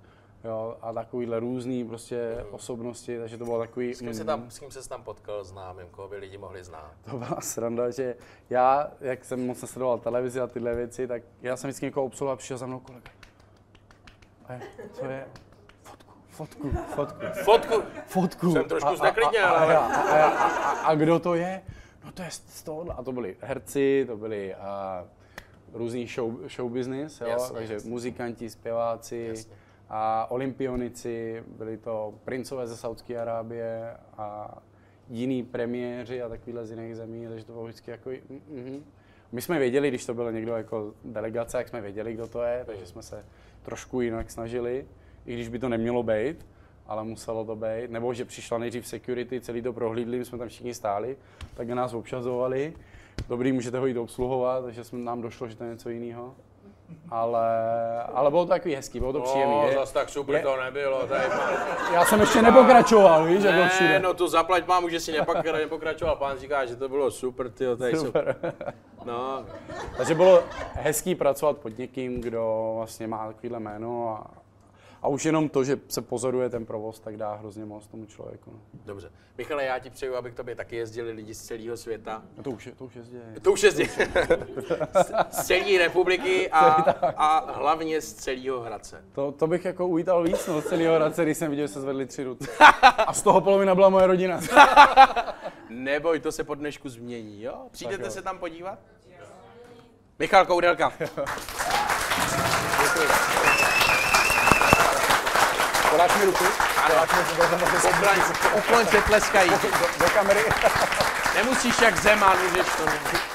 Speaker 3: jo, a takovýhle různý prostě osobnosti, takže to bylo takový...
Speaker 5: S kým, se
Speaker 3: mm,
Speaker 5: tam, s kým se tam potkal známým, koho by lidi mohli znát?
Speaker 3: to byla sranda, že já, jak jsem moc nesledoval televizi a tyhle věci, tak já jsem vždycky někoho obsluhoval a přišel za mnou kolega. A já, co je? Fotku, fotku, fotku,
Speaker 1: Fotku.
Speaker 3: fotku.
Speaker 1: Jsem trošku
Speaker 3: A- a-
Speaker 1: zneklidněl,
Speaker 3: a- a-
Speaker 1: ale-
Speaker 3: já, A, já, a, a, a kdo to je? No to je z z tohohle. A to byli herci, to byli a, různý show, show business, jo?
Speaker 5: Jasně,
Speaker 3: takže
Speaker 5: jasně.
Speaker 3: muzikanti, zpěváci
Speaker 5: Jasně.
Speaker 3: a olympionici, byli to princové ze Saudské Arábie a jiní premiéři a takovýhle z jiných zemí, takže to bylo vždycky jako... mm, mhm. My jsme věděli, když to byl někdo jako delegace, jak jsme věděli, kdo to je, takže jsme se trošku jinak snažili, i když by to nemělo být, ale muselo to být. Nebo že přišla nejdřív security, celý to prohlídli, my jsme tam všichni stáli, tak na nás občazovali. Dobrý, můžete ho jít obsluhovat, takže jsme, nám došlo, že to je něco jiného. Ale, ale bylo to takový hezký, bylo to příjemný.
Speaker 1: No,
Speaker 3: je-
Speaker 1: zas tak super
Speaker 3: je-
Speaker 1: to nebylo. Tady,
Speaker 3: já jsem ještě nepokračoval, víš, jak byl
Speaker 1: ne,
Speaker 3: všude.
Speaker 1: no to zaplať mám, že si nepak, nepokračoval. Pán říká, že to bylo super, ty tady super. No,
Speaker 3: Takže bylo hezký pracovat pod někým, kdo vlastně má takovýhle jméno a, a už jenom to, že se pozoruje ten provoz, tak dá hrozně moc tomu člověku. No.
Speaker 1: dobře. Michale, já ti přeju, aby k tobě taky jezdili lidi z celého světa.
Speaker 3: A to už je, to už je zděje.
Speaker 1: To už je z, <laughs> z celé republiky a, a hlavně z celého Hradce.
Speaker 3: To, to bych jako uvítal víc, no, z celého Hradce, když jsem viděl, že se zvedli tři ruce. <laughs> A z toho polovina byla moje rodina.
Speaker 1: Neboj, to se po dnešku změní, jo? Přijdete
Speaker 3: jo.
Speaker 1: se tam podívat? Michal Koudelka.
Speaker 3: Podáš mi ruku?
Speaker 1: Ano, poplaň, poplaň se tleskají.
Speaker 3: Do, do kamery?
Speaker 1: Nemusíš jak Zeman, můžeš to.